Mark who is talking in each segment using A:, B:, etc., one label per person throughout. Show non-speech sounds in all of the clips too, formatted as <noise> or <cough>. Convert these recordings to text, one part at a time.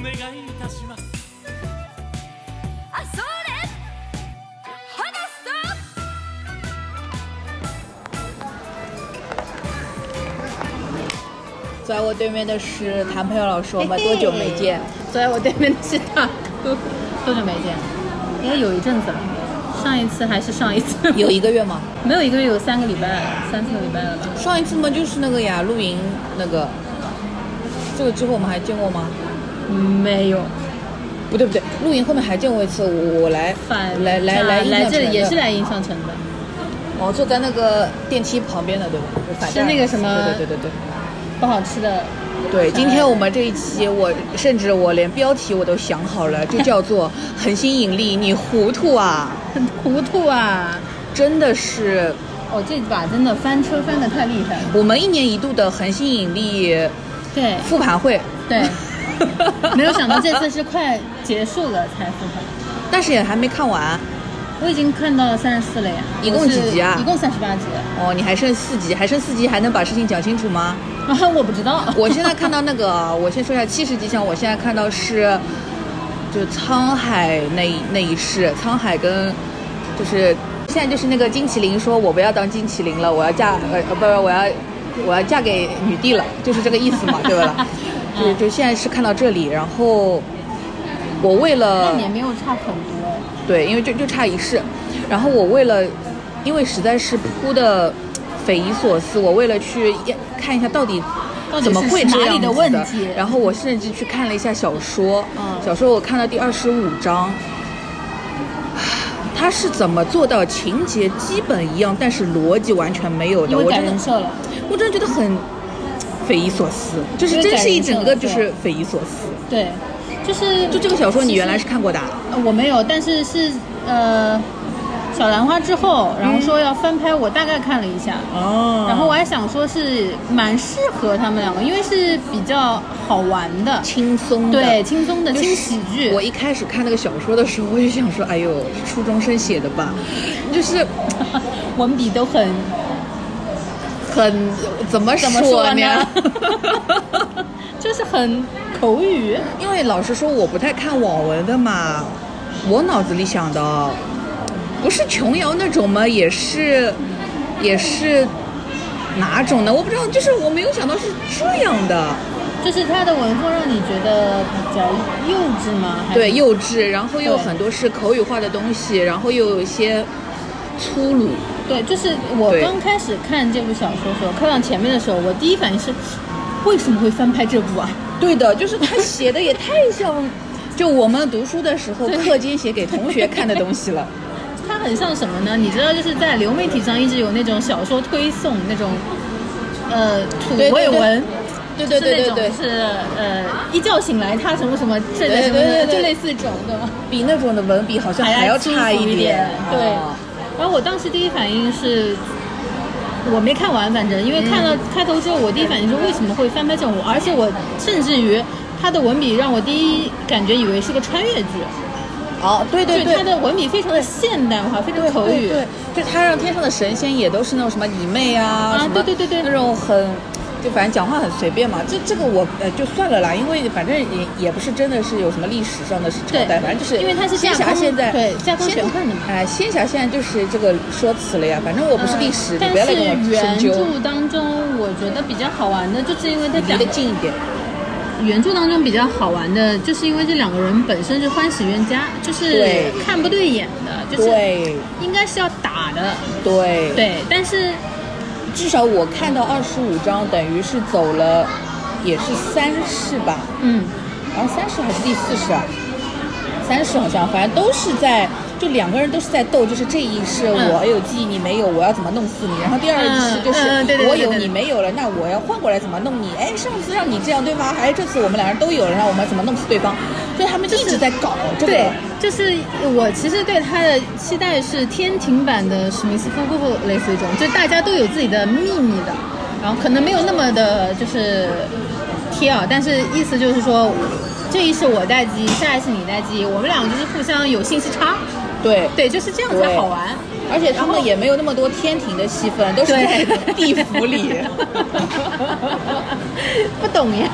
A: 願いいたします
B: あそれ話すと
C: 坐在我对面的是谭朋友老师，我们多久没见？
D: 坐在我对面的是大姑，多久没见？应该有一阵子了，上一次还是上一次，
C: 有一个月吗？
D: <laughs> 没有一个月有三个礼拜了，三四个礼拜了吧？
C: 上一次嘛就是那个呀，露营那个。这个之后我们还见过吗？
D: 没有，
C: 不对不对，露营后面还见过一次，我我来
D: 反
C: 来来来
D: 来这里也是
C: 来，
D: 来印象城的，
C: 哦，坐在那个电梯旁边的对吧？就反
D: 是那个什么
C: 对对对对
D: 不好吃的，
C: 对对。今天我们这一期我，甚至我连标题我都想好了，就叫做“恒星引力”，你糊涂啊！
D: 很糊涂啊！
C: 真的是
D: 哦，这把真的翻车翻的太厉害了，
C: 我们一年一度的恒星引力
D: 对
C: 复盘会，
D: 对， <laughs> 没有想到这次是快结束了才复盘。
C: 但是也还没看完
D: 我已经看到了三十四了呀，
C: 一共
D: 我是
C: 几集啊
D: 一共三十八集。
C: 哦，你还剩四集，还剩四集还能把事情讲清楚吗？
D: 啊， <laughs> 我不知道，
C: 我现在看到那个，我先说一下七十集像我现在看到是，就沧海那一那一世，沧海跟就是现在就是那个金麒麟说我不要当金麒麟了，我要嫁呃呃不不我要我要嫁给女帝了，就是这个意思嘛，对不啦？就就现在是看到这里，然后我为了
D: 但 <laughs> 也没有差很多。
C: 对，因为就就差一世。然后我为了，因为实在是铺的匪夷所思，我为了去验看一下到底
D: 到底
C: 怎么
D: 是
C: 会
D: 哪
C: 这
D: 里
C: 样
D: 的
C: 子
D: 问
C: 的
D: 题
C: 然后我甚至去看了一下小说，
D: 嗯
C: 小说我看到第二十五章。他是怎么做到情节基本一样，但是逻辑完全没有的？
D: 因
C: 我
D: 为
C: 真
D: 感
C: 的
D: 人社了，
C: 我真的觉得很匪夷所思，就是
D: 因为
C: 真
D: 感
C: 是一
D: 人
C: 整
D: 社
C: 个
D: 了
C: 就
D: 对
C: 是匪夷所思。
D: 对，就是
C: 就这个小说，你原来是
D: 其
C: 看过的啊？
D: 实呃我没有，但是是呃小兰花之后，然后说要翻拍，我大概看了一下。
C: 哦
D: 然后我还想说，是蛮适合他们两个，因为是比较好玩的，
C: 轻松的，
D: 对，轻松的
C: 就
D: 轻
C: 是
D: 喜剧。
C: <laughs>
D: <laughs>
C: 我一开始看那个小说的时候，我就想说，哎呦，是初中生写的吧，就是
D: 文笔都很
C: 很怎么
D: 怎么说
C: 呢
D: 呢？ <laughs> 就是很口语。
C: 因为老实说，我不太看网文的嘛，我脑子里想的不是琼瑶那种嘛，也是也是哪种呢？我不知道，就是我没有想到是这样的，
D: 就是他的文风让你觉得比较幼稚吗？还是
C: 对，幼稚，然后又
D: 哎对
C: 很多是口语化的东西，然后又有一些粗鲁，
D: 对，就是我
C: 对
D: 刚开始看这部小说的时候，看到前面的时候，我第一反应是，为什么会翻拍这部啊？
C: 对的，就是他写的也太像，就我们读书的时候
D: <laughs> 对
C: 课间写给同学看的东西
D: <laughs>
C: 了。
D: 它很像什么呢？你知道，就是在流媒体上一直有那种小说推送那种，呃，土
C: 对对
D: 味
C: 对
D: 文。
C: 对对对对
D: 是那
C: 对
D: 种，是呃，一觉醒来他什么什么正在什么
C: 对对对
D: 的，
C: 对
D: 就类似这种，对吧？
C: 比那种的文笔好像还要差
D: 一
C: 点。
D: 对
C: 哦，
D: 然后我当时第一反应是。我没看完，反正因为看
C: 嗯
D: 到开头之后，我第一反应是为什么会翻拍这种，而且我甚至于他的文笔让我第一感觉以为是个穿越剧，
C: 哦，对对
D: 就是
C: 对
D: 他。的文笔非常的现代化，非常口
C: 对
D: 语。
C: 对，就他让天上的神仙也都是那种什么姨妹啊，
D: 啊
C: 什么
D: 对对对对
C: 那种很，就反正讲话很随便嘛。这这个我呃就算了啦，因为反正也也不是真的是有什么历史上的是朝代，
D: 对
C: 反正就是
D: 因为它是
C: 仙
D: 架
C: 侠
D: 空
C: 现在
D: 对架空
C: 仙
D: 玄幻的嘛啊
C: 哎，仙侠现在就是这个说辞了呀。反正我不是历史，你
D: 但
C: 不要来跟我
D: 是
C: 深
D: 原
C: 究。
D: 著当中，我觉得比较好玩的，就是因为他
C: 离
D: 讲
C: 得近一点。
D: 原著当中比较好玩的，就是因为这两个人本身是欢喜冤家，就是
C: 对
D: 看不对眼的，就是
C: 对
D: 应该是要打的，
C: 对，
D: 对。但是
C: 至少我看到二十五章，等于是走了，也是三世吧，
D: 嗯，
C: 然后三世还是第四世啊？三世好像，反正都是在，就两个人都是在斗，就是这一世
D: 嗯
C: 我有哎记忆你没有，我要怎么弄死你？然后第二世
D: 嗯
C: 就是
D: 嗯对对对
C: 我有
D: 对对
C: 你没有了，那我要换过来怎么弄你？哎，上次让你这样对吗？哎，这次我们两人都有了，那我们怎么弄死对方？就他们一直在搞这个
D: 对，，就是我其实对他的期待是天庭版的史密斯夫妇，类似于这种，就大家都有自己的秘密的，然后可能没有那么的就是贴啊，但是意思就是说，这一世我待机，下一次你待机，我们两个就是互相有信息差，
C: 对
D: 对，就是这样才好玩。
C: 而且他们也没有那么多天庭的戏份，都是在
D: 对
C: 地府里。
D: <laughs> 不懂呀。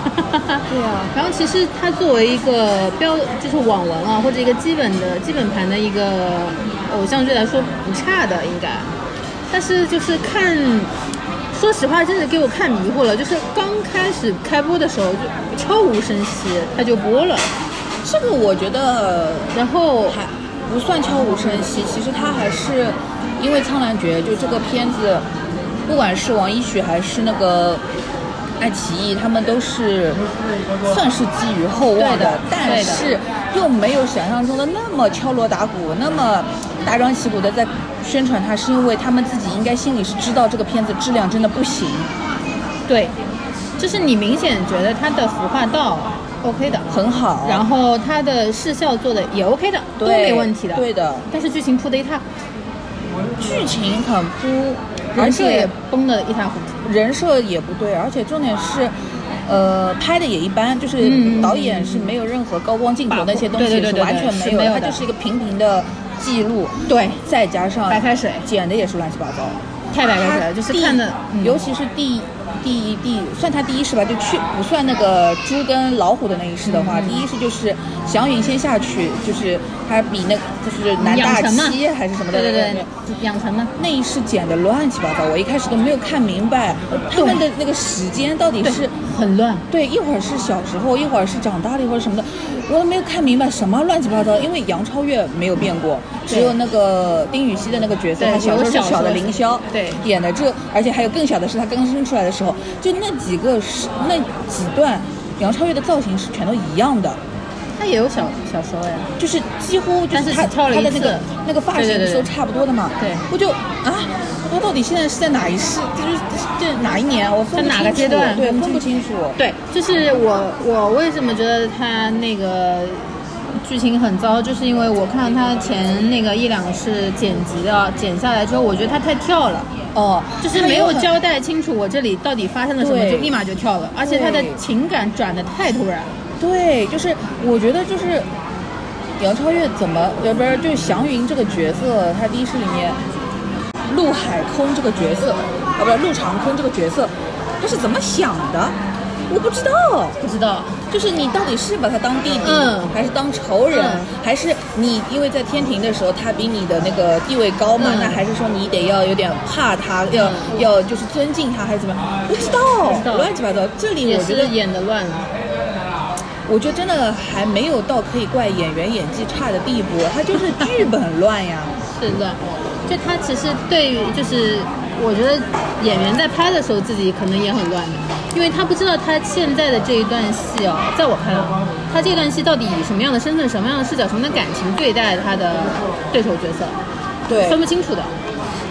C: 对啊，
D: 然后其实它作为一个标，就是网文啊，或者一个基本的基本盘的一个偶像剧来说，不差的应该。但是就是看，说实话，真的给我看迷糊了。就是刚开始开播的时候就悄无声息，它就播了。
C: 这个我觉得
D: 然后
C: 还不算悄无声息，其实它还是因为《苍兰诀》就这个片子，不管是王一许还是那个爱奇艺，他们都是算是寄予厚望
D: 对的
C: 但是又没有想象中的那么敲锣打鼓，那么大张旗鼓的在宣传它，是因为他们自己应该心里是知道这个片子质量真的不行。
D: 对，就是你明显觉得它的服化道 OK 的，
C: 很好，
D: 然后它的视效做的也 OK 的，都
C: 对
D: 没问题的。
C: 对的，
D: 但是剧情铺的一塌糊
C: 剧情很扑，
D: 涂，
C: 而
D: 人设
C: 且
D: 也崩的一塌糊涂。
C: 人设也不对，而且重点是，呃，拍的也一般，就是
D: 嗯
C: 导演是没有任何高光镜头那些东西
D: 对对对
C: 是
D: 对
C: 完全
D: 是
C: 没
D: 没
C: 有
D: 有
C: 的，
D: 的
C: 它就是一个平平的记录，
D: 对，
C: 再加上
D: 白开水
C: 剪的也是乱七八糟，
D: 太白开水
C: 呃它
D: 了，就是
C: 第
D: 看的，嗯
C: 尤其是第第一第算它第一世吧，就去不算那个猪跟老虎的那一世的话，
D: 嗯
C: 第一世就是祥云先下去，就是他比那就是南
D: 养
C: 大
D: 成嘛
C: 七还是什么的，
D: 对对对，养成嘛，
C: 那一世剪的乱七八糟，我一开始都没有看明白他们的那个时间到底是
D: 是很乱。
C: 对，一会儿是小时候，一会儿是长大了，一会儿什么的，我都没有看明白什么乱七八糟。因为杨超越没有变过，只
D: 对
C: 有那个丁禹兮的那个角色，
D: 对
C: 他小时候
D: 有小
C: 是小的
D: 时候
C: 凌霄，
D: 对
C: 演的这，而且还有更小的是他刚生出来的时候，就那几个是那几段，杨超越的造型是全都一样的。
D: 他也有小小时候呀，
C: 就是几乎就
D: 但
C: 是
D: 是
C: 他
D: 只跳了
C: 他
D: 一
C: 的那个
D: 次
C: 那个发
D: 对
C: 型不
D: 对对
C: 是都差不多的嘛？
D: 对
C: 我就啊，他到底现在是在哪一世？就是这哪一年？我分不
D: 在哪
C: 清
D: 个
C: 楚
D: 阶段
C: 对，
D: 分不
C: 分不清楚。
D: 对，就是我我为什么觉得他那个剧情很糟，就是因为我看他前那个一两是剪辑的，剪下来之后，我觉得他太跳了。
C: 哦，
D: 就是没有交代清楚我这里到底发生了什么，
C: 对
D: 就立马就跳了，而且他的
C: 对
D: 情感转的太突然。
C: 对，就是我觉得就是杨超越怎么，要不然就是祥云这个角色，他第一世里面陆海空这个角色，啊，不是陆长空这个角色，他是怎么想的？我不知道。
D: 不知道，
C: 就是你到底是把他当弟弟，
D: 嗯
C: 还是当仇人，
D: 嗯
C: 还是你因为在天庭的时候他比你的那个地位高嘛？
D: 嗯
C: 那还是说你得要有点怕他，要要就是尊敬他，还是怎么样？不知道，
D: 知道
C: 乱七八糟。这里
D: 也
C: 我觉
D: 是
C: 得，
D: 演的乱了。
C: 我觉得真的还没有到可以怪演员演技差的地步，他就是剧本乱
D: <laughs>
C: 呀。
D: 是的，就他其实对于就是，我觉得演员在拍的时候自己可能也很乱的，因为他不知道他现在的这一段戏哦，在我看来，他这段戏到底以什么样的身份、什么样的视角、什么样的感情对待他的对手角色，
C: 对
D: 分不清楚的。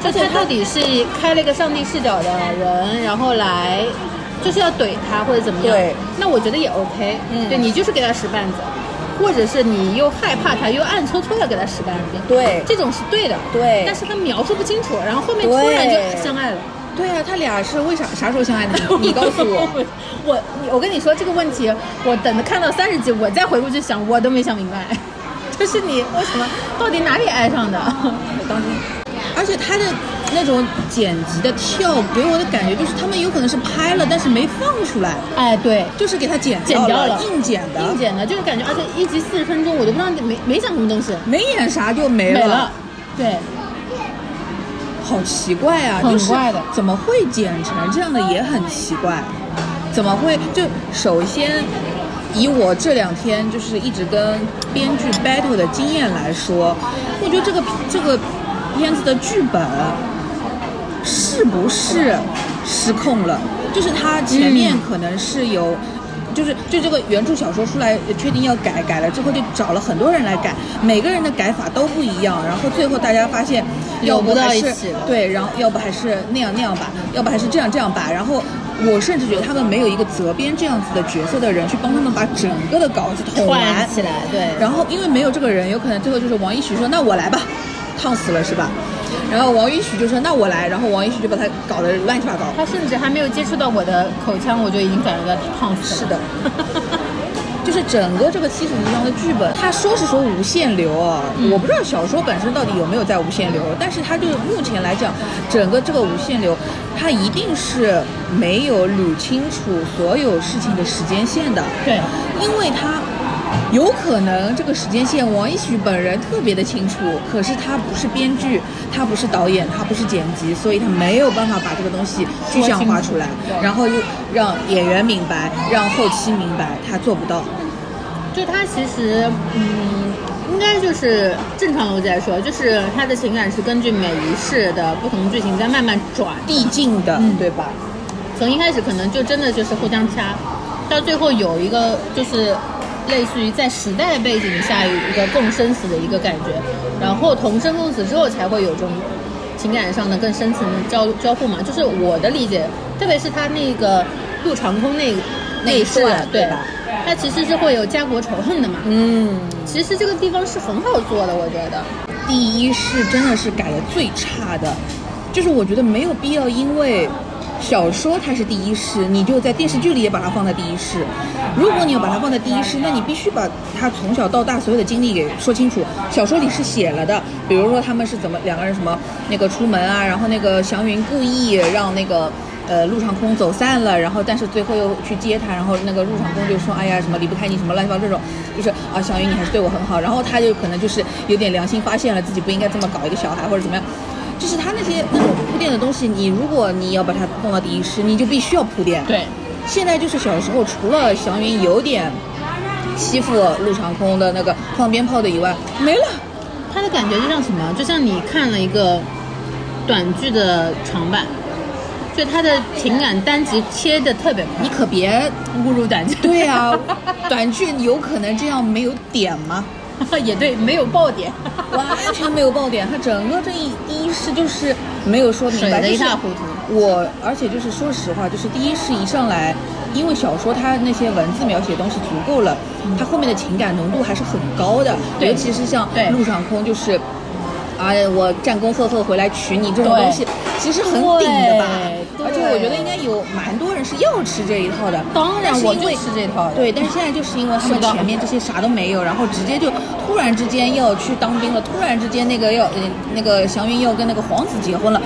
D: 就
C: 且
D: 他
C: 他
D: 到底是开了一个上帝视角的人，然后来就是要怼他或者怎么样？
C: 对，
D: 那我觉得也 OK。
C: 嗯
D: 对你就是给他使绊子，或者是你又害怕他，又暗搓搓的给他使绊子。
C: 对
D: 这种是对的，
C: 对
D: 但是他描述不清楚，然后后面
C: 对
D: 突然就相爱了。
C: 对啊，他俩是为啥啥时候相
D: <laughs>
C: 爱的？你你告诉我。
D: 我，我我跟你说这个问题，我等着看到三十集，我再回过去想，我都没想明白， <laughs> 就是你为什么到底哪里爱上的？
C: 当中，而且他的那种剪辑的跳，给我的感觉就是他们有可能是拍了，但是没放出来，
D: 哎，对。
C: 就是给他剪
D: 剪
C: 掉
D: 掉
C: 了，
D: 了，
C: 硬剪的，
D: 硬剪的，就是感觉，而且一集四十分钟，我都不知道没没讲什么东西，
C: 没演啥就没
D: 没
C: 了，
D: 了，对，
C: 好奇怪啊！
D: 很怪的
C: 就是怎么会剪成这样的也很奇怪，怎么会就首先。以我这两天就是一直跟编剧 battle 的经验来说，我觉得这个这个片子的剧本是不是失控了？就是它前面
D: 嗯
C: 可能是有，就是就这个原著小说出来呃确定要改，改了之后就找了很多人来改，每个人的改法都不一样，然后最后大家发现，要
D: 有
C: 不
D: 不到
C: 还
D: 一
C: 是
D: 起了
C: 对，然后要不还是那样那样吧，要不还是这样这样吧，然后。我甚至觉得他们没有一个责编这样子的角色的人去帮他们把整个的稿子捅完
D: 串，起来，对，
C: 然后因为没有这个人，有可能最后就是王一许说那我来吧，烫死了是吧？然后王一许就说那我来，然后王一许就把他搞得乱七八糟。
D: 他甚至还没有接触到我的口腔，我就已经感觉到胖死
C: 是
D: 了。
C: 的，就是就是整个这个七十集章的剧本，他说是说无限流啊，我不知道小说本身到底有没有在无限流，但是它就是目前来讲，整个这个无限流，它一定是没有捋清楚所有事情的时间线的，
D: 对，
C: 因为它。有可能这个时间线王一许本人特别的清楚，可是他不是编剧，他不是导演，他不是剪辑，所以他没有办法把这个东西具象化出来
D: 说嗯清楚，对
C: 然后又让演员明白，让后期明白，他做不到。
D: 就他其实，嗯，应该就是正常逻辑来说，就是他的情感是根据每一世的不同剧情在慢慢转，嗯
C: 递进的，对吧？
D: 从一开始可能就真的就是互相掐，到最后有一个就是类似于在时代背景下有一个共生死的一个感觉，然后同生共死之后才会有这种情感上的更深层的交交互嘛。就是我的理解，特别是他那个陆长空那
C: 那
D: 一
C: 一
D: 段
C: 段，
D: 对
C: 对吧？
D: 他其实是会有家国仇恨的嘛。
C: 嗯，
D: 其实这个地方是很好做的，我觉得。
C: 第一是真的是改的最差的，就是我觉得没有必要，因为小说它是第一世，你就在电视剧里也把它放在第一世。如果你要把它放在第一世，那你必须把他从小到大所有的经历给说清楚。小说里是写了的，比如说他们是怎么两个人什么那个出门啊，然后那个祥云故意让那个。呃，陆长空走散了，然后但是最后又去接他，然后那个陆长空就说：“哎呀，什么离不开你，什么乱七八糟这种，就是啊，小云你还是对我很好。”然后他就可能就是有点良心发现了自己不应该这么搞一个小孩或者怎么样，就是他那些呃那种铺垫的东西，你如果你要把它放到第一师，你就必须要铺垫。，
D: 对，
C: 现在就是小时候除了祥云有点欺负陆长空的那个放鞭炮的以外，没了。
D: 它的感觉就像什么？就像你看了一个短剧的长版，就它的情感单集切的特别快，
C: 你可别
D: 侮辱短剧。
C: 对啊，短剧有可能这样没有点吗？
D: <laughs> 也对，没有
C: <laughs>
D: 爆点，
C: 完全没有爆点，它整个这一第一世就是没有说明白，
D: 水得一
C: 就是
D: 塌糊涂
C: 我而且就是说实话，就是第一世一上来，因为小说它那些文字描写的东西足够了，它后面的情感浓度还是很高的，
D: 嗯对
C: 尤其是像
D: 对
C: 陆长空就是。啊，我战功赫赫回来娶你这种
D: 对
C: 东西，其实很顶的吧？
D: 对
C: 而且我觉得应该有蛮多人是要吃这一套的。
D: 当然
C: 但是
D: 我
C: 因
D: 就
C: 为
D: 吃这套的
C: 对，但是现在就是因为他
D: 是
C: 们
D: 的
C: 前面这些啥都没有，然后直接就突然之间要去当兵了，突然之间那个要呃那个祥云要跟那个皇子结婚了，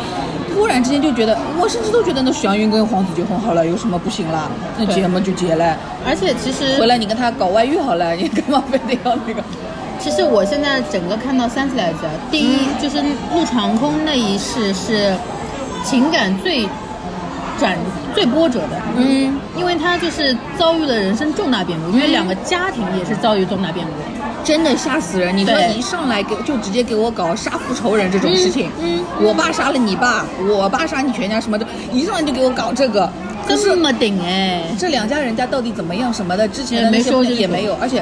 C: 突然之间就觉得，我甚至都觉得那祥云跟皇子结婚好了，有什么不行啦？那
D: 对
C: 结嘛就结了，
D: 而且其实
C: 回来你跟他搞外遇好了， <laughs> 你干嘛非得要那个？
D: 其实我现在整个看到三十来集，啊，第一、
C: 嗯
D: 就是陆长空那一世是情感最转最波折的，
C: 嗯，
D: 因为他就是遭遇了人生重大变故，因为两个家庭也是遭遇重大变故。
C: 真的吓死人！你说
D: 对
C: 一上来给就直接给我搞杀父仇人这种事情，
D: 嗯嗯
C: 我爸杀了你爸，我爸杀你全家什么的，一上来就给我搞这个，可是
D: 这么顶哎！
C: 这两家人家到底怎么样什么的，之前
D: 也
C: 的
D: 嗯没
C: 那些
D: 说
C: 问题
D: 清
C: 也
D: 楚
C: 没有，而且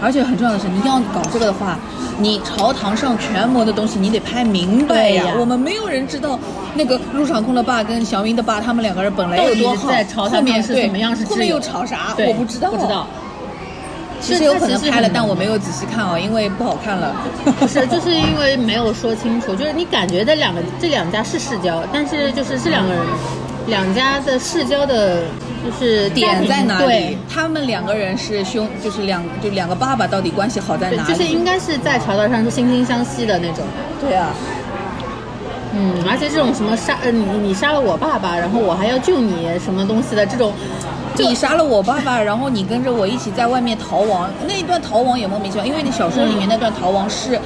C: 而且很重要的是，你要搞这个的话，你朝堂上权谋的东西你得拍明白呀。
D: 对呀
C: 我们没有人知道那个陆场空的爸跟小云的爸他们两个人本来
D: 到
C: 有
D: 底
C: 多
D: 是
C: 好，
D: 在朝堂
C: 后面
D: 上是
C: 对
D: 怎么样是
C: 后
D: 挚
C: 面
D: 友
C: 又吵啥，
D: 对
C: 我不知道，
D: 不知道。
C: 其实有可
D: 这
C: 能
D: 其实
C: 拍了
D: 很，
C: 但我没有仔细看哦，因为不好看了。
D: 不是，
C: <laughs>
D: 就是因为没有说清楚，就是你感觉这两个这两家是世交，但是就是这两个人，两家的世交的，就是家
C: 点
D: 庭
C: 在哪
D: 对
C: 里？他们两个人是兄，就是两就两个爸爸到底关系好在
D: 对，
C: 哪
D: 就是
C: 里？
D: 应该是在朝堂上是惺惺相惜的那种。
C: 对啊，
D: 嗯，而且这种什么杀，呃，你你杀了我爸爸，然后我还要救你什么东西的这种，就
C: 你杀了我爸爸，然后你跟着我一起在外面逃亡，那一段逃亡也莫名其妙，因为你小说里面那段逃亡是。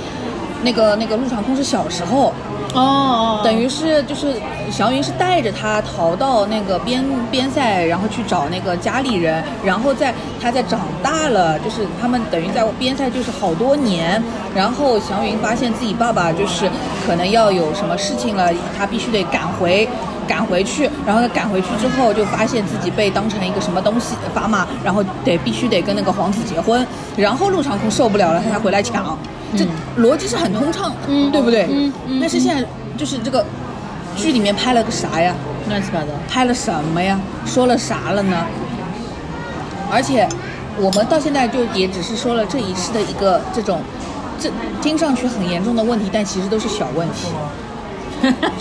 C: 那个那个陆长空是小时候，
D: 哦，
C: 等于是就是祥云是带着他逃到那个边边塞，然后去找那个家里人，然后在他在长大了，就是他们等于在边塞就是好多年，然后祥云发现自己爸爸就是可能要有什么事情了，他必须得赶回。赶回去，然后他赶回去之后，就发现自己被当成一个什么东西砝码，然后得必须得跟那个皇子结婚，然后陆长空受不了了，他才回来抢，这逻辑是很通畅的，
D: 嗯
C: 对不对？
D: 嗯嗯
C: 但是现在就是这个剧里面拍了个啥呀？
D: 乱七八糟。
C: 拍了什么呀？说了啥了呢？而且我们到现在就也只是说了这一世的一个这种，这听上去很严重的问题，但其实都是小问题。 <laughs>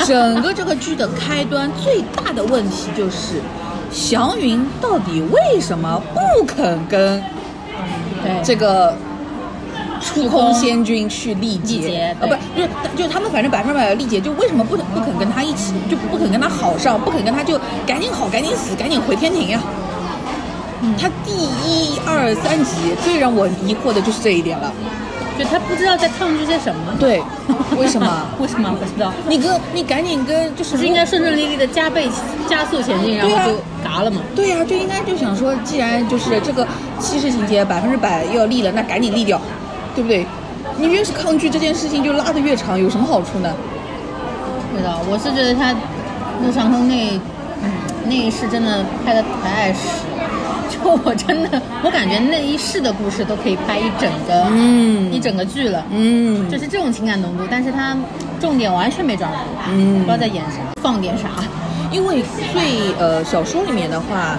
C: 整个这个剧的开端最大的问题就是，祥云到底为什么不肯跟
D: 对
C: 这个出空仙君去历
D: 历
C: 劫
D: 劫，
C: 呃，不
D: 对
C: 是，就是就是他们反正百分之百的历劫，就为什么不不肯跟他一起，就不肯跟他好上，不肯跟他就赶紧好，赶紧死，赶紧回天庭呀、啊
D: 嗯
C: 他第一、二、三集最让我疑惑的就是这一点了。
D: 就他不知道在抗拒些什么。
C: 对， <laughs> 为什么？
D: <laughs> 为什么不知道？
C: 你跟你赶紧跟就是
D: 不是应该顺顺利利的加倍加速前进，然
C: 对啊
D: 后就嘎了吗？
C: 对呀、就应该就想说，既然就是这个七十情节百分之百要立了，那赶紧立掉，对不对？你越是抗拒这件事情，就拉得越长，有什么好处呢？
D: 不知道，我是觉得他陆长空那嗯那一世真的拍的太碍事。 <laughs> 就我真的，我感觉那一世的故事都可以拍一整个，
C: 嗯
D: 一整个剧了，
C: 嗯
D: 就是这种情感浓度，但是他重点完全没抓住，
C: 嗯
D: 不知道在演啥，放点啥，
C: 因为最呃小说里面的话，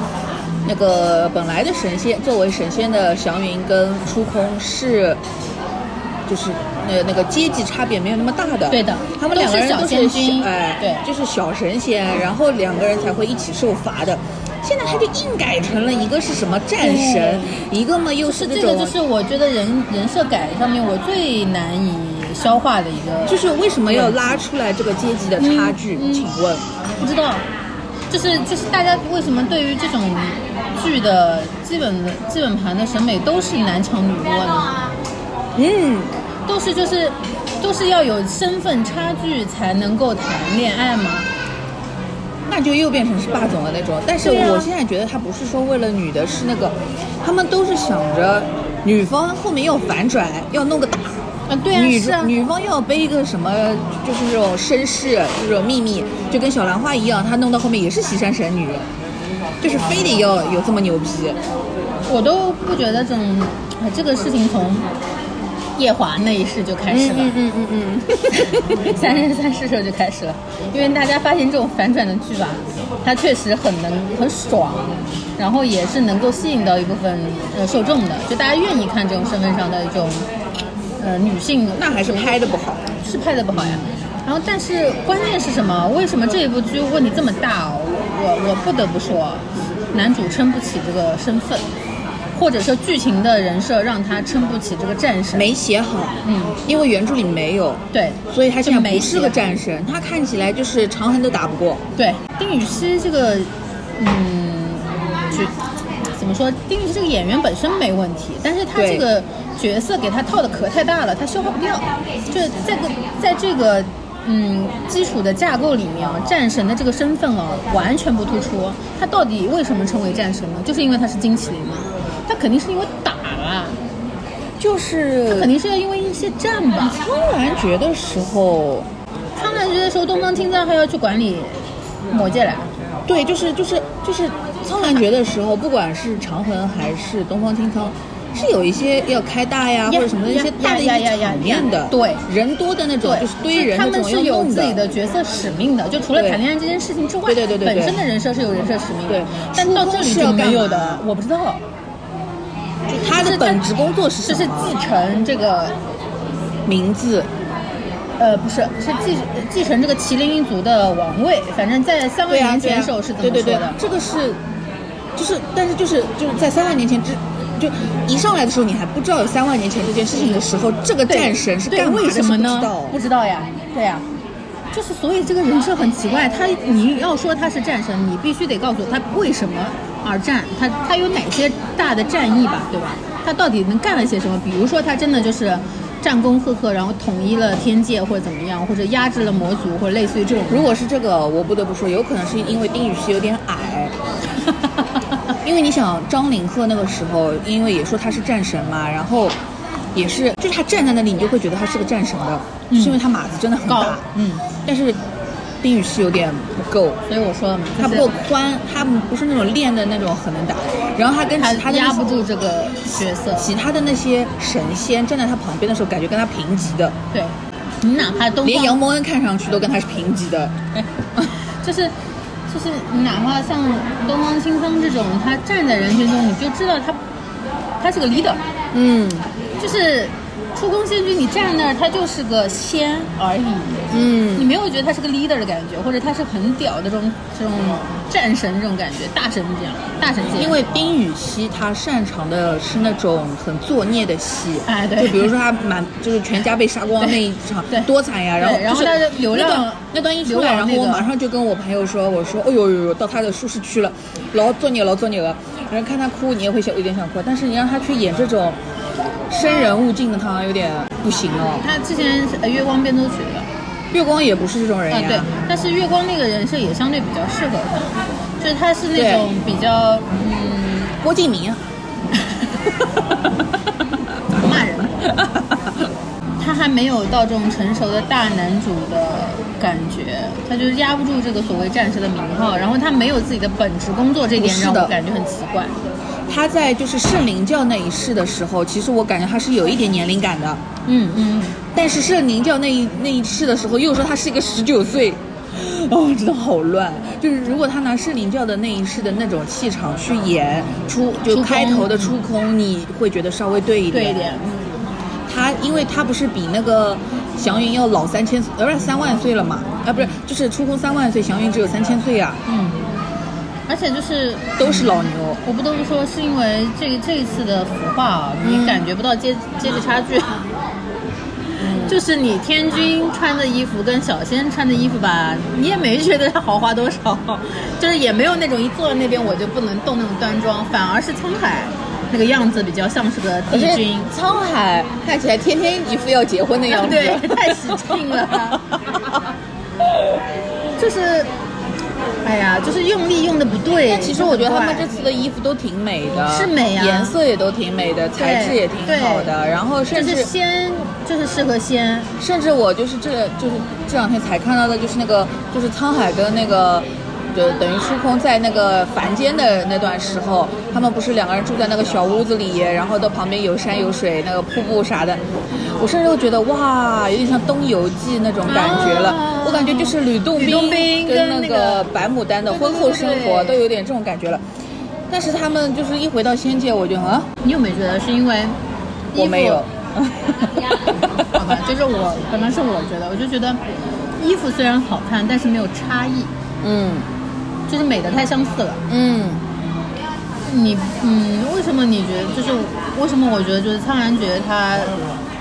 C: 那个本来的神仙作为神仙的祥云跟出空是。就是呃那那个阶级差别没有那么大的，
D: 对的
C: 他们两个人都
D: 都是
C: 是
D: 小仙君
C: 哎，
D: 对
C: 就是小神仙，然后两个人才会一起受罚的。现在他就硬改成了一个是什么战神，一个嘛又是那
D: 这
C: 种
D: 个就是我觉得人人设改上面我最难以消化的一个，
C: 就是为什么要拉出来这个阶级的差距？
D: 嗯嗯
C: 请问，
D: 不知道，就是就是大家为什么对于这种剧的基本的基本盘的审美都是男强女弱呢？
C: 嗯，
D: 都是就是都是要有身份差距才能够谈恋爱吗？
C: 那就又变成是霸总的那种。但是
D: 对啊
C: 我现在觉得他不是说为了女的，是那个，他们都是想着女方后面要反转，要弄个大。
D: 啊，对啊，
C: 女
D: 是啊，
C: 女方要背一个什么，就是这种身世，这种秘密，就跟小兰花一样，她弄到后面也是西山神女，就是非得要有这么牛逼。
D: 我都不觉得这种、啊、这个事情从夜华那一世就开始了。
C: 嗯嗯嗯嗯
D: <laughs> 三十三世时候就开始了，因为大家发现这种反转的剧吧，它确实很能很爽，然后也是能够吸引到一部分呃受众的，就大家愿意看这种身份上的一种呃女性，
C: 那还是拍的不好。
D: 是拍的不好呀。然后，但是关键是什么？为什么这一部剧问题这么大哦？我我我不得不说，男主撑不起这个身份，或者说剧情的人设让他撑不起这个战神。
C: 没写好，
D: 嗯，
C: 因为原著里没有，
D: 对，
C: 所以他现在
D: 就没
C: 不是个
D: 写
C: 战神，他看起来就是长恨都打不过。
D: 对，丁禹兮这个，嗯，就怎么说？丁禹兮这个演员本身没问题，但是他
C: 对
D: 这个角色给他套的壳太大了，他消化不掉。就是在个在这个嗯基础的架构里面啊，战神的这个身份啊完全不突出。他到底为什么成为战神呢？就是因为他是金麒麟吗？他肯定是因为打啦，
C: 就是
D: 肯定是要因为一些战吧。
C: 怆然觉的时候，
D: 苍兰诀的时候，东方青藏还要去管理魔界来。
C: 对，就是就是就是苍兰诀的时候，不管是长恒还是东方青苍，是有一些要开大呀
D: 呀
C: 或者什么的一些
D: 呀
C: 大的一
D: 呀呀
C: 些
D: 呀呀
C: 场面的，
D: 对
C: 人多的那种
D: 对，
C: 就是堆人
D: 他
C: 那
D: 们
C: 种
D: 是
C: 要
D: 有
C: 弄
D: 自己的角色使命的，就除了
C: 对
D: 谈恋爱这件事情之外，
C: 对对对对对
D: 本身的人设是有人设使命的。
C: 对
D: 但到这里
C: 初中是
D: 就
C: 要
D: 没有
C: 干嘛
D: 的，我不知道，
C: 就他的本职工作是
D: 这
C: 什
D: 是
C: 么？
D: 继承这个，
C: 名字
D: 呃，不是，是继继承这个麒麟一族的王位。反正，在三万
C: 对啊
D: 年
C: 对
D: 前
C: 啊
D: 的时候是怎
C: 对
D: 么
C: 对
D: 说
C: 对
D: 的，？
C: 这个是就是但是就是就是在三万年前之。就一上来的时候，你还不知道有三万年前这件事情的时候，这个
D: 对
C: 战神是
D: 对
C: 干嘛的
D: 为什么
C: 是不
D: 呢
C: 知道？啊
D: 不知道呀，对呀。就是，所以这个人设很奇怪。他，你要说他是战神，你必须得告诉我他为什么而战，他他有哪些大的战役吧，对吧？他到底能干了些什么？比如说，他真的就是战功赫赫，然后统一了天界，或者怎么样，或者压制了魔族，或者类似于这种。
C: 如果是这个，我不得不说，有可能是因为丁禹兮有点矮。 <laughs> 因为你想，张凌赫那个时候，因为也说他是战神嘛，然后也是，就是他站在那里，你就会觉得他是个战神的，就是因为他码子真的很
D: 嗯高
C: 大。，
D: 嗯，
C: 但是丁禹兮有点不够，
D: 所以我说了嘛，
C: 他不
D: 就是
C: 够宽，他不是那种练的那种很能打。然后他跟其他
D: 他
C: 的那
D: 压不
C: 些
D: 住这个角色，
C: 其他的那些神仙站在他旁边的时候，感觉跟他平级的，
D: 对，你哪怕东
C: 连
D: 方
C: 杨蒙恩看上去都跟他是平级的。
D: <laughs> 就是就是，哪怕像东方青苍这种，他站在人群中，你就知道他他是个 leader，
C: 嗯，
D: 就是出宫仙君，你站那儿，他就是个仙而已，
C: 嗯，
D: 你没有觉得他是个 leader 的感觉，或者他是很屌的这种这种战神这种感觉，大神这样，大神这样。
C: 因为冰雨希她擅长的是那种很作孽的戏，
D: 哎对
C: 就比如说她满就是全家被杀光那一场，
D: 对
C: 多惨呀！然后
D: 对然后
C: 就是
D: 她就流浪
C: 那段那段一出来，
D: 流
C: 然
D: 浪
C: 后
D: 那个
C: 我马上就跟我朋友说，我说，哎呦呦呦，到她的舒适区了，老作孽老作孽了。然后看她哭，你也会想有点想哭，但是你让她去演这种生人勿近的，她有点不行哦。
D: 他之前是呃月光变奏曲的，
C: 月光也不是这种人
D: 啊
C: 呀，
D: 对，但是月光那个人设也相对比较适合他，就是他是那种比较嗯
C: 郭敬明啊，
D: 骂人，他还没有到这种成熟的大男主的感觉，他就是压不住这个所谓战士的名号，然后他没有自己的本职工作，这点
C: 不是
D: 让
C: 的
D: 我感觉很奇怪。
C: <laughs> 他在就是圣灵教那一世的时候，其实我感觉他是有一点年龄感的。
D: 嗯嗯，
C: 但是圣灵教那一那一世的时候，又说他是一个十九岁， <laughs> 哦，真的好乱。就是如果他拿圣灵教的那一世的那种气场去演出，就
D: 出空
C: 开头的出空，你会觉得稍微对一点。
D: 对一点，
C: 嗯他因为他不是比那个祥云要老三千，呃，不是三万岁了嘛？啊，不是，就是出空三万岁，祥云只有三千岁啊，
D: 嗯，而且就是
C: 都是老牛。
D: 我不得不说，是因为这这一次的服化啊，
C: 嗯
D: 你感觉不到阶阶级差距。
C: 嗯
D: 就是你天君穿的衣服跟小仙穿的衣服吧，你也没觉得它豪华多少，就是也没有那种一坐在那边我就不能动那种端庄，反而是沧海那个样子比较像是个帝君，
C: 沧海看起来天天一副要结婚的
D: <laughs> 对，太喜
C: <laughs>
D: 庆了。就是，哎呀，就是用力用的不对。
C: 但其实我觉得他们
D: 怪
C: 这次的衣服都挺美的，
D: 是美啊
C: 颜色也都挺美的，材质也挺好的。然后
D: 就
C: 甚
D: 是
C: 至
D: 仙，就是适合仙，
C: 甚至我就是这就是这两天才看到的，就是那个就是沧海跟那个。就等于出空在那个凡间的那段时候，他们不是两个人住在那个小屋子里，然后到旁边有山有水，那个瀑布啥的。我甚至都觉得哇，有点像《东游记》那种感觉了。
D: 啊
C: 我感觉就是吕洞
D: 吕洞宾
C: 跟
D: 跟
C: 那
D: 那
C: 个
D: 个
C: 白牡丹的婚后生活都有点这种感觉了。但是他们就是一回到仙界，我就啊，
D: 你有没有觉得是因为衣服
C: 我没有。
D: <laughs> 好吧，就是我可能是我觉得，我就觉得衣服虽然好看，但是没有差异，
C: 嗯
D: 就是美的太相似了。
C: 嗯，
D: 你嗯，为什么你觉得就是为什么我觉得就是苍兰诀它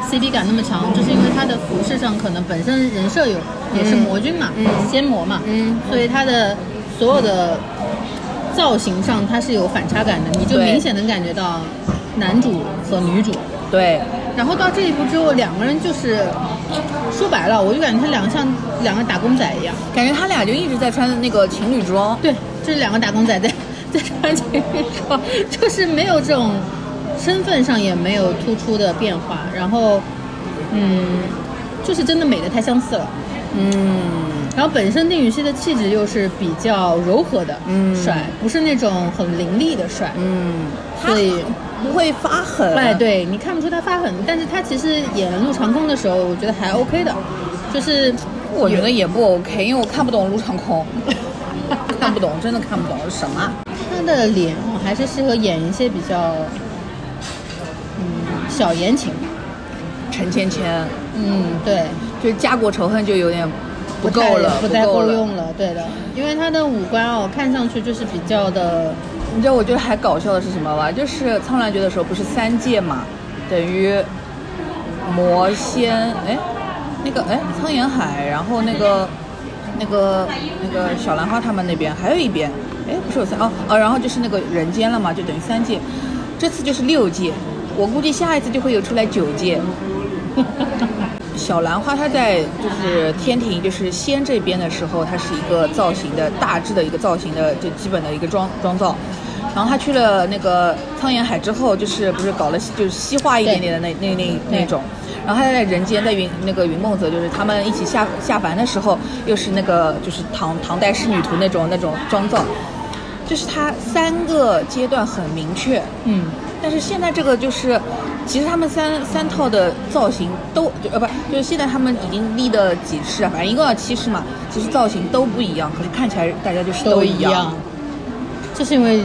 D: CP 感那么强，就是因为它的服饰上可能本身人设有也是魔君嘛，仙魔嘛，
C: 嗯
D: 所以它的所有的造型上它是有反差感的，你就
C: 对
D: 明显能感觉到男主和女主。
C: 对，
D: 然后到这一步之后，两个人就是说白了，我就感觉他两个像两个打工仔一样，
C: 感觉他俩就一直在穿那个情侣装。
D: 对，就是两个打工仔在 <laughs> 在穿情侣装，就是没有这种身份上也没有突出的变化，然后嗯，就是真的美的太相似了。
C: 嗯，
D: 然后本身丁禹兮的气质又是比较柔和的，
C: 嗯
D: 帅，不是那种很凌厉的帅，
C: 嗯，
D: 所以
C: 不会发狠。啊
D: 哎，，对你看不出他发狠，但是他其实演陆长空的时候，我觉得还 OK 的，就是
C: 我觉得也不 OK，因为我看不懂陆长空， <laughs> 看不懂，真的看不懂是什么。啊
D: 他的脸哦还是适合演一些比较，嗯，小言情。
C: 陈芊芊
D: 嗯，对，
C: 就是家国仇恨就有点不够
D: 太
C: 了，
D: 不太
C: 够
D: 够
C: 了。
D: 用了。对的，因为他的五官哦，看上去就是比较的，
C: 你知道我觉得还搞笑的是什么吗？就是苍兰诀的时候不是三界嘛，等于魔仙哎，那个哎苍岩海，然后那个那个那个小兰花他们那边还有一边，哎不是有三哦哦，然后就是那个人间了嘛，就等于三界，这次就是六界，我估计下一次就会有出来九界。小兰花她在就是天庭就是仙这边的时候，她是一个造型的大致的一个造型的就基本的一个妆妆造，然后她去了那个苍岩海之后，就是不是搞了就是西化一点点的那那那
D: 对
C: 那种，然后她在人间在云那个云梦泽，就是他们一起下下凡的时候，又是那个就是唐唐代仕女图那种那种妆造，就是她三个阶段很明确，
D: 嗯，
C: 但是现在这个就是，其实他们三三套的造型都就呃不就是现在他们已经立的几世啊，反正一共要七世嘛，其实造型都不一样，可是看起来大家就是
D: 都
C: 一
D: 一样。就是因为，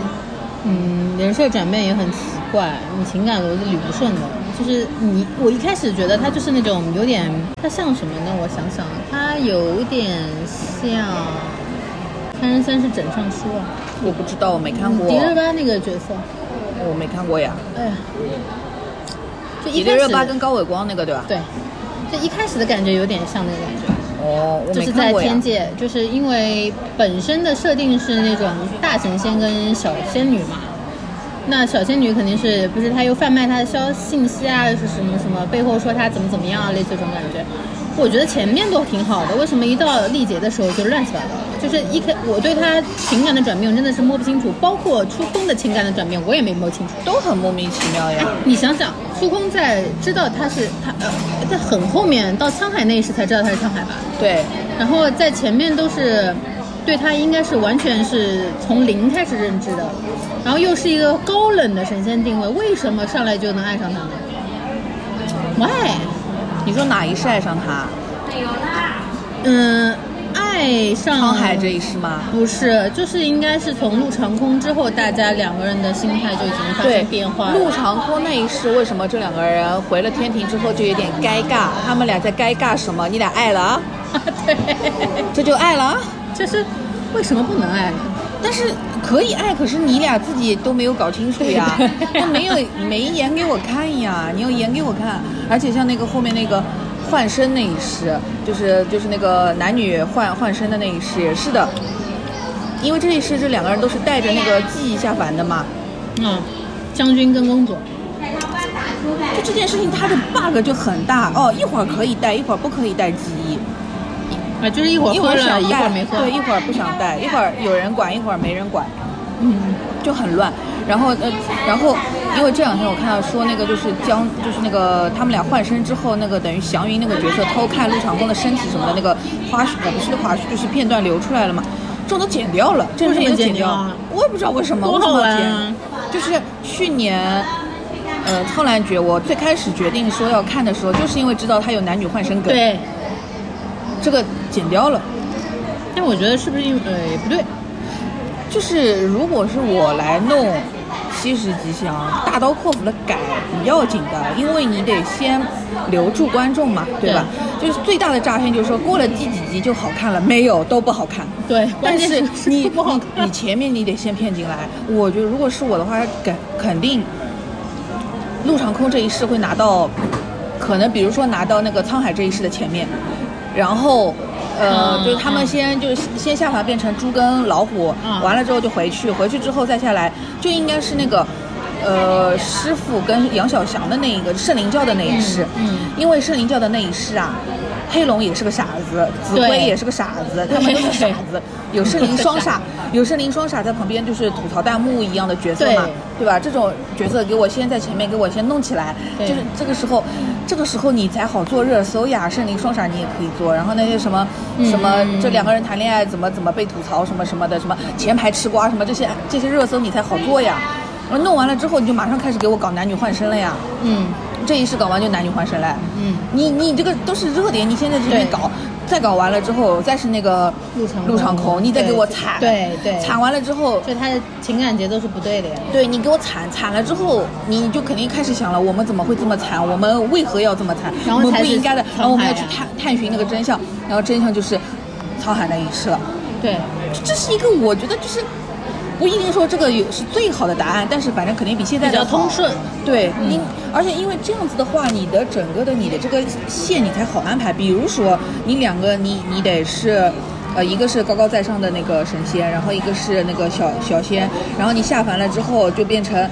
D: 嗯，人设转变也很奇怪，你情感逻辑捋不顺的，就是你，我一开始觉得它就是那种有点，它像什么呢？我想想，它有点像《三人三世枕上书》啊，
C: 我不知道，我没看过，
D: 迪丽热巴那个角色，
C: 我没看过呀。
D: 哎呀，就
C: 迪
D: 一
C: 丽
D: 开始
C: 热巴跟高伟光那个对吧？
D: 对，就一开始的感觉有点像那个感觉。
C: 哦，我
D: 就
C: 没
D: 是
C: 看
D: 在
C: 过呀
D: 天。界，就是因为本身的设定是那种大神仙跟小仙女嘛。那小仙女肯定是不是她又贩卖她的消信息啊，是什么什么背后说她怎么怎么样啊，类似这种感觉。我觉得前面都挺好的，为什么一到历劫的时候就乱七八糟的？就是一开我对她情感的转变我真的是摸不清楚，包括初空的情感的转变我也没摸清楚。哎
C: 都很莫名其妙呀。
D: 你想想，初空在知道她是她呃，在很后面到沧海那一世才知道她是沧海吧？
C: 对，
D: 然后在前面都是对他应该是完全是从零开始认知的，然后又是一个高冷的神仙定位，为什么上来就能爱上他呢？Why？
C: 你说哪一世爱上他？
D: 嗯，爱上
C: 沧海这一世吗？
D: 不是，就是应该是从陆长空之后，大家两个人的心态就已经发
C: 对
D: 生，变化
C: 陆
D: 了。
C: 长空那一世，为什么这两个人回了天庭之后就有点尴尬？他们俩在尴尬什么？你俩爱了啊？
D: <laughs> 对，
C: 这就爱了啊？
D: 就是为什么不能爱呢？，
C: 但是可以哎爱，可是你俩自己都没有搞清楚呀
D: 对
C: 那没有没演给我看呀，你要演给我看。而且像那个后面那个换身那一世，就是就是那个男女换换身的那一世，也是的，因为这一世这两个人都是带着那个记忆下凡的嘛，
D: 嗯，将军跟公主，
C: 就这件事情它的 bug 就很大哦，一会儿可以带，一会儿不可以带记忆。
D: 啊，就是一会儿
C: 一
D: 喝
C: 会儿
D: 了，
C: 想
D: 一会
C: 带
D: 儿没喝。
C: 对，一会儿不想带，一会儿有人管，一会儿没人管，嗯，就很乱。然后呃，然后因为这两天我看到说那个就是江，就是那个他们俩换身之后，那个等于祥云那个角色偷看陆长空的身体什么的那个花絮，呃不是花絮，就是片段流出来了嘛，这种都剪掉了，这种
D: 为什么
C: 都
D: 剪
C: 剪
D: 掉
C: 掉
D: 啊
C: 了，我也不知道为什么，
D: 多
C: 为什
D: 好
C: 么
D: 玩
C: 要剪
D: 啊，
C: 就是去年。呃，苍兰诀，我最开始决定说要看的时候，就是因为知道它有男女换身梗，
D: 对，
C: 这个剪掉了。
D: 但我觉得是不是因为呃也不对，
C: 就是如果是我来弄七十吉祥，大刀阔斧的改不要紧的，因为你得先留住观众嘛，对吧？就是最大的诈骗，就是说过了第几集就好看了，没有都不好看。
D: 对，
C: 但
D: 关键
C: 是
D: 是
C: 你
D: <laughs> 不好
C: 你
D: 看
C: 你。前面你得先骗进来，我觉得如果是我的话，肯肯定陆长空这一世会拿到，可能比如说拿到那个沧海这一世的前面，然后。呃，
D: 嗯
C: 就是他们
D: 嗯
C: 先就是先下凡变成猪跟老虎，
D: 嗯
C: 完了之后就回去，回去之后再下来，就应该是那个，呃，师傅跟杨小翔的那一个圣灵教的那一世，
D: 嗯嗯
C: 因为圣灵教的那一世啊，黑龙也是个傻子，紫
D: 对
C: 薇也是个傻子，他们都是傻子，有圣灵双傻，有圣灵双傻在旁边就是吐槽弹幕一样的角色嘛
D: 对，
C: 对吧？这种角色给我先在前面给我先弄起来，
D: 对
C: 就是这个时候，这个时候你才好做热搜呀。圣灵双傻你也可以做，然后那些什么、
D: 嗯
C: 什么
D: 嗯
C: 这两个人谈恋爱怎么怎么被吐槽什么什么的，什么前排吃瓜什么这些这些热搜你才好做呀。弄完了之后，你就马上开始给我搞男女换身了呀。
D: 嗯
C: 这一世搞完就男女换身了。
D: 嗯，
C: 你你这个都是热点，你现在这
D: 对
C: 边搞，再搞完了之后，再是那个
D: 陆长空
C: 陆长空，你再给我惨，
D: 对对
C: 惨完了之后，
D: 就他的情感节奏是不对的呀。
C: 对你给我惨惨了之后，你就肯定开始想了，我们怎么会这么惨？我们为何要这么惨？
D: 然后
C: 我们
D: 才
C: 不
D: 是
C: 应该的
D: 沧，
C: 然后我们
D: 海
C: 要
D: 呀
C: 去探探寻那个真相，然后真相就是沧海那一世了。
D: 对，
C: 这这是一个我觉得就是。不一定说这个有是最好的答案，但是反正肯定比现在
D: 比较
C: 的好
D: 通顺。嗯
C: 对，因而且因为这样子的话，你的整个的你的这个线你才好安排。比如说，你两个你你得是，呃，一个是高高在上的那个神仙，然后一个是那个小小仙，然后你下凡了之后就变成。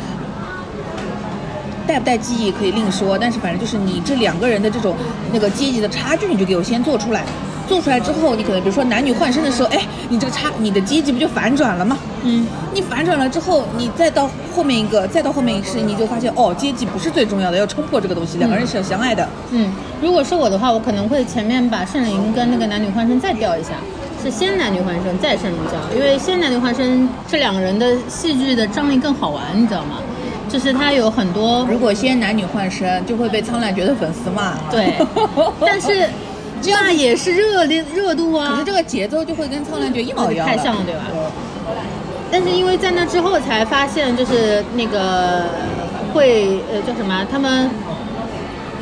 C: 带不带记忆可以另说，但是反正就是你这两个人的这种那个阶级的差距，你就给我先做出来。做出来之后，你可能比如说男女换身的时候，哎，你这个差，你的阶级不就反转了吗？
D: 嗯，
C: 你反转了之后，你再到后面一个，再到后面一世，你就发现哦，阶级不是最重要的，要冲破这个东西，两个人是要相爱的。
D: 嗯，如果是我的话，我可能会前面把圣灵跟那个男女换身再调一下，是先男女换身再圣灵教，因为先男女换身这两个人的戏剧的张力更好玩，你知道吗？就是他有很多
C: 如果先男女换身，就会被苍兰诀的粉丝骂。，
D: 对
C: <laughs>
D: 但是那也是热烈热度啊。
C: 可是这个节奏就会跟苍兰诀一模一样了，嗯
D: 太像了对吧但是因为在那呃之后才发现，就是那个会呃叫什么，他们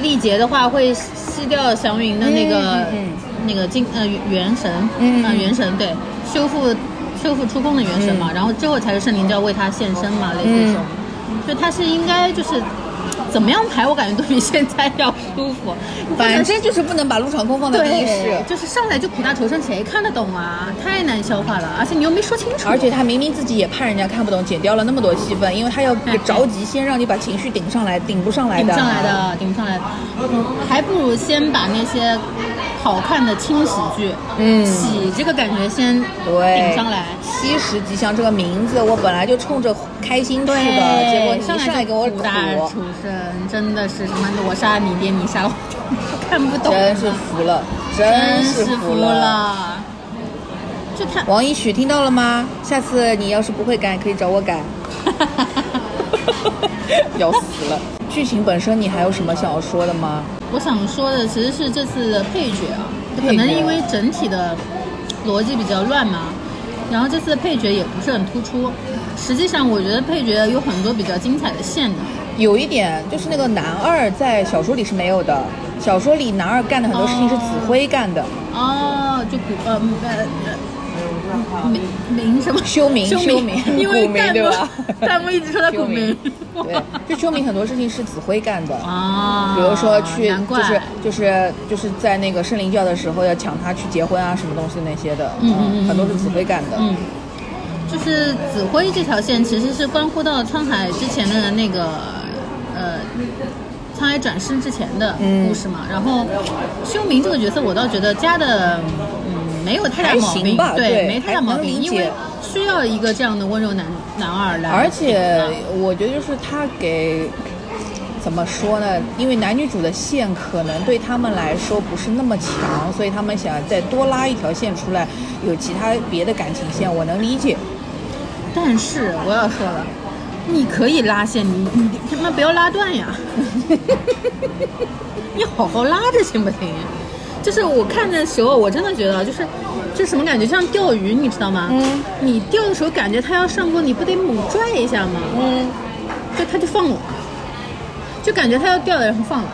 D: 力竭的话，会吸掉祥云的那个、
C: 嗯嗯
D: 那个精呃元神，
C: 嗯
D: 啊、元神对，修复修复出宫的元神
C: 嗯
D: 嘛，然后之后才是圣灵教为他献身嘛，类似这种，
C: 嗯
D: 就他是应该就是怎么样排，我感觉都比现在要舒服，
C: 反正就是不能把陆场空放到第一
D: 对
C: 世，。
D: 就是上来就苦大仇深，谁看得懂啊？太难消化了，而且你又没说清楚，
C: 而且他明明自己也怕人家看不懂，剪掉了那么多戏份，因为他要
D: 哎
C: 着急先让你把情绪顶上来，顶不上来
D: 顶
C: 的。
D: 不上来。的，顶不上来的，还不如先把那些好看的轻喜剧，
C: 嗯
D: 喜这个感觉先
C: 对
D: 顶上来。
C: 七十吉祥这个名字，我本来就冲着开心去的，结果你一
D: 上
C: 上来给我
D: 苦
C: 苦，
D: 大仇深，真的是什么我杀你爹，你杀我爹，看不懂，
C: 真是服了，真
D: 真
C: 是
D: 是
C: 服
D: 服
C: 了。
D: 了。就他，
C: 王一许听到了吗？下次你要是不会改，可以找我改。 <laughs> 要死了！剧情本身你还有什么想要说的吗？
D: 我想说的其实是这次的配角啊，可
C: 配
D: 能
C: 角
D: 因为整体的逻辑比较乱嘛，然后这次的配角也不是很突出。实际上，我觉得配角有很多比较精彩的线的，
C: 有一点就是那个男二在小说里是没有的，小说里男二干的很多事情是子辉干的，
D: 哦，就古呃呃呃，明明 <laughs> 什么
C: 修明
D: 修
C: 修 <laughs> 明
D: 因为
C: 古明
D: 弹幕
C: 对吧
D: <laughs> 弹幕一直说他古
C: 秋
D: 明
C: 明， <laughs> 对，就秋明很多事情是子辉干的。
D: <laughs> 啊，
C: 比如说去，
D: 难怪
C: 就是就是就是在那个圣灵教的时候要抢他去结婚啊，什么东西那些的，
D: 嗯嗯嗯
C: 很多是子辉干的，
D: 嗯，就是指挥这条线其实是关乎到沧海之前的那个呃，沧海转世之前的
C: 嗯
D: 故事嘛。然后修明这个角色，我倒觉得加的嗯没有太大
C: 还
D: 毛
C: 行
D: 病
C: 吧，对
D: 没太大
C: 还
D: 毛
C: 能
D: 病，
C: 理
D: 因
C: 解
D: 为需要一个这样的温柔男男二来。
C: 而且我觉得就是他给。怎么说呢？因为男女主的线可能对他们来说不是那么强，所以他们想再多拉一条线出来，有其他别的感情线，我能理解。
D: 但是我要说了，你可以拉线，你你他妈不要拉断呀！ <laughs> 你好好拉着行不行？就是我看的时候，我真的觉得就是，这什么感觉？像钓鱼，你知道吗？
C: 嗯。
D: 你钓的时候感觉它要上钩，你不得猛拽一下吗？
C: 嗯，
D: 就它就放了，就感觉它要掉了，然后放了，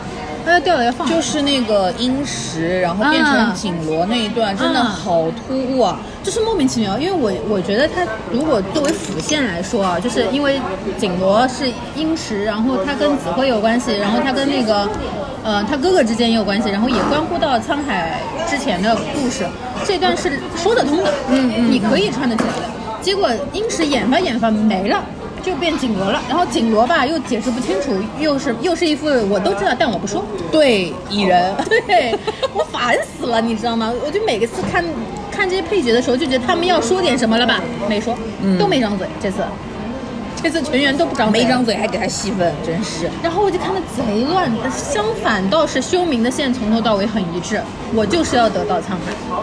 D: 它要掉了要放了。
C: 就是那个殷实，然后变
D: 啊
C: 成锦罗那一段，真的
D: 嗯
C: 好突兀啊！
D: 就是莫名其妙，因为我我觉得它如果作为辅线来说啊，就是因为景罗是殷实，然后他跟子辉有关系，然后他跟那个呃他哥哥之间也有关系，然后也关乎到沧海之前的故事，这段是说得通的，嗯嗯，你可以串得起来的。结果殷实演吧演吧没了。就变景罗了，然后景罗吧又解释不清楚，又是又是一副我都知道但我不说，
C: 对，蚁人，
D: <laughs> 对我烦死了，你知道吗？我就每个次看看这些配角的时候，就觉得他们要说点什么了吧，没说，都没张嘴。这次，这次全员都不张嘴，
C: 没张。嘴还给他戏份，真是。
D: 然后我就看的贼乱，相反倒是修明的线从头到尾很一致，我就是要得到沧海。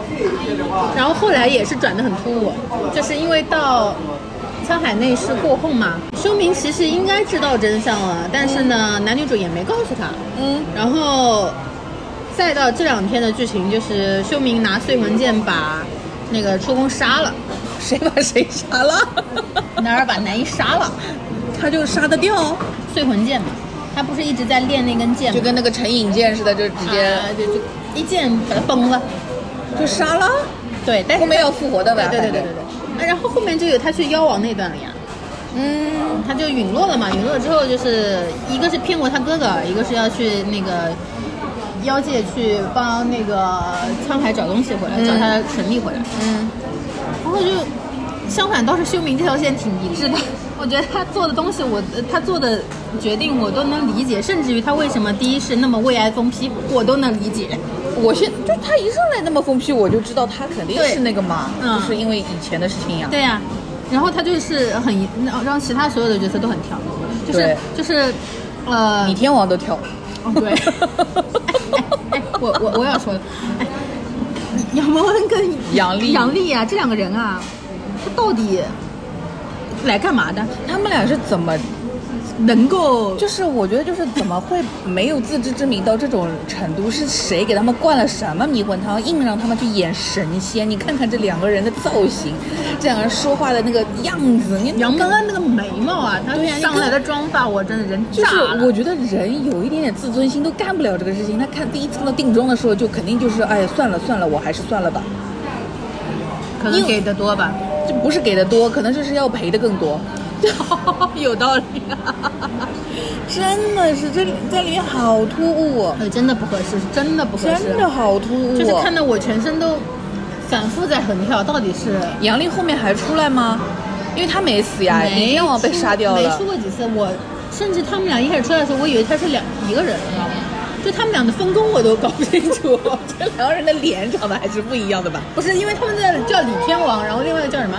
D: 然后后来也是转的很突兀，就是因为到沧海那事过后嘛，修明其实应该知道真相了，但是呢，男女主也没告诉他，
C: 嗯，
D: 然后再到这两天的剧情，就是秀明拿碎魂剑把那个出宫杀了，
C: 谁把谁杀了？
D: 男二把男一杀了，
C: 他就杀得掉，哦
D: 碎魂剑嘛，他不是一直在练那根剑吗？
C: 就跟那个陈颖健似的，就直接
D: 啊就就一剑把他崩了，
C: 就杀了。
D: 对，但是
C: 后面要复活的吧？
D: 哎对对
C: 反
D: 对对
C: 正
D: 对对，啊然后后面就有他去妖王那段了呀。
C: 嗯，
D: 他就陨落了嘛，陨落之后就是一个是骗过他哥哥，一个是要去那个妖界去帮那个沧海找东西回来，找他神力回来。
C: 嗯，
D: 然后就相反倒是修明这条线挺一致的，我觉得他做的东西我，呃他做的决定我都能理解，甚至于他为什么第一是那么为爱疯批，我都能理解。
C: 我现就他一上来那么疯批，我就知道他肯定
D: 对
C: 是那个嘛，
D: 嗯
C: 就是因为以前的事情呀、
D: 对呀、然后他就是很一让让其他所有的角色都很跳，就是
C: 对
D: 就是呃，
C: 李天王都跳，
D: 哦，
C: <laughs>
D: 对，哎哎我我我要说，哎，杨蒙恩跟
C: 杨笠
D: 杨笠啊，这两个人啊，他到底来干嘛的？
C: 他们俩是怎么
D: 能够
C: 就是我觉得就是怎么会没有自知之明到这种程度？是谁给他们灌了什么迷魂汤，硬让他们去演神仙？你看看这两个人的造型，这两个人说话的那个样子，你
D: 杨刚刚那个眉毛啊，他
C: 对呀
D: 上来的妆发，我真的人
C: 就
D: 炸
C: 是
D: 了。
C: 我觉得人有一点点自尊心都干不了这个事情。他看第一次到定妆的时候，就肯定就是哎呀算了算了，我还是算了吧。
D: 可
C: 因
D: 能
C: 为
D: 给的
C: <laughs>
D: 多吧，
C: 这不是给的多，可能就是要赔的更多。
D: 有道理、啊。
C: 真的是这里在里面好突兀哦，
D: 呃，真的不合适，真的不合适，
C: 真的好突兀哦。
D: 就是看到我全身都反复在横跳，到底是
C: 杨丽后面还出来吗？因为她没死呀，
D: 没
C: 李天王被杀掉
D: 出没
C: 了
D: 出。过几次，我甚至他们俩一开始出来的时候，我以为他是两一个人，你知道吗？就他们俩的分工我都搞不清楚， <laughs>
C: 这两个人的脸长得还是不一样的吧？
D: 不是因为他们在叫李天王，然后另外一个叫什么？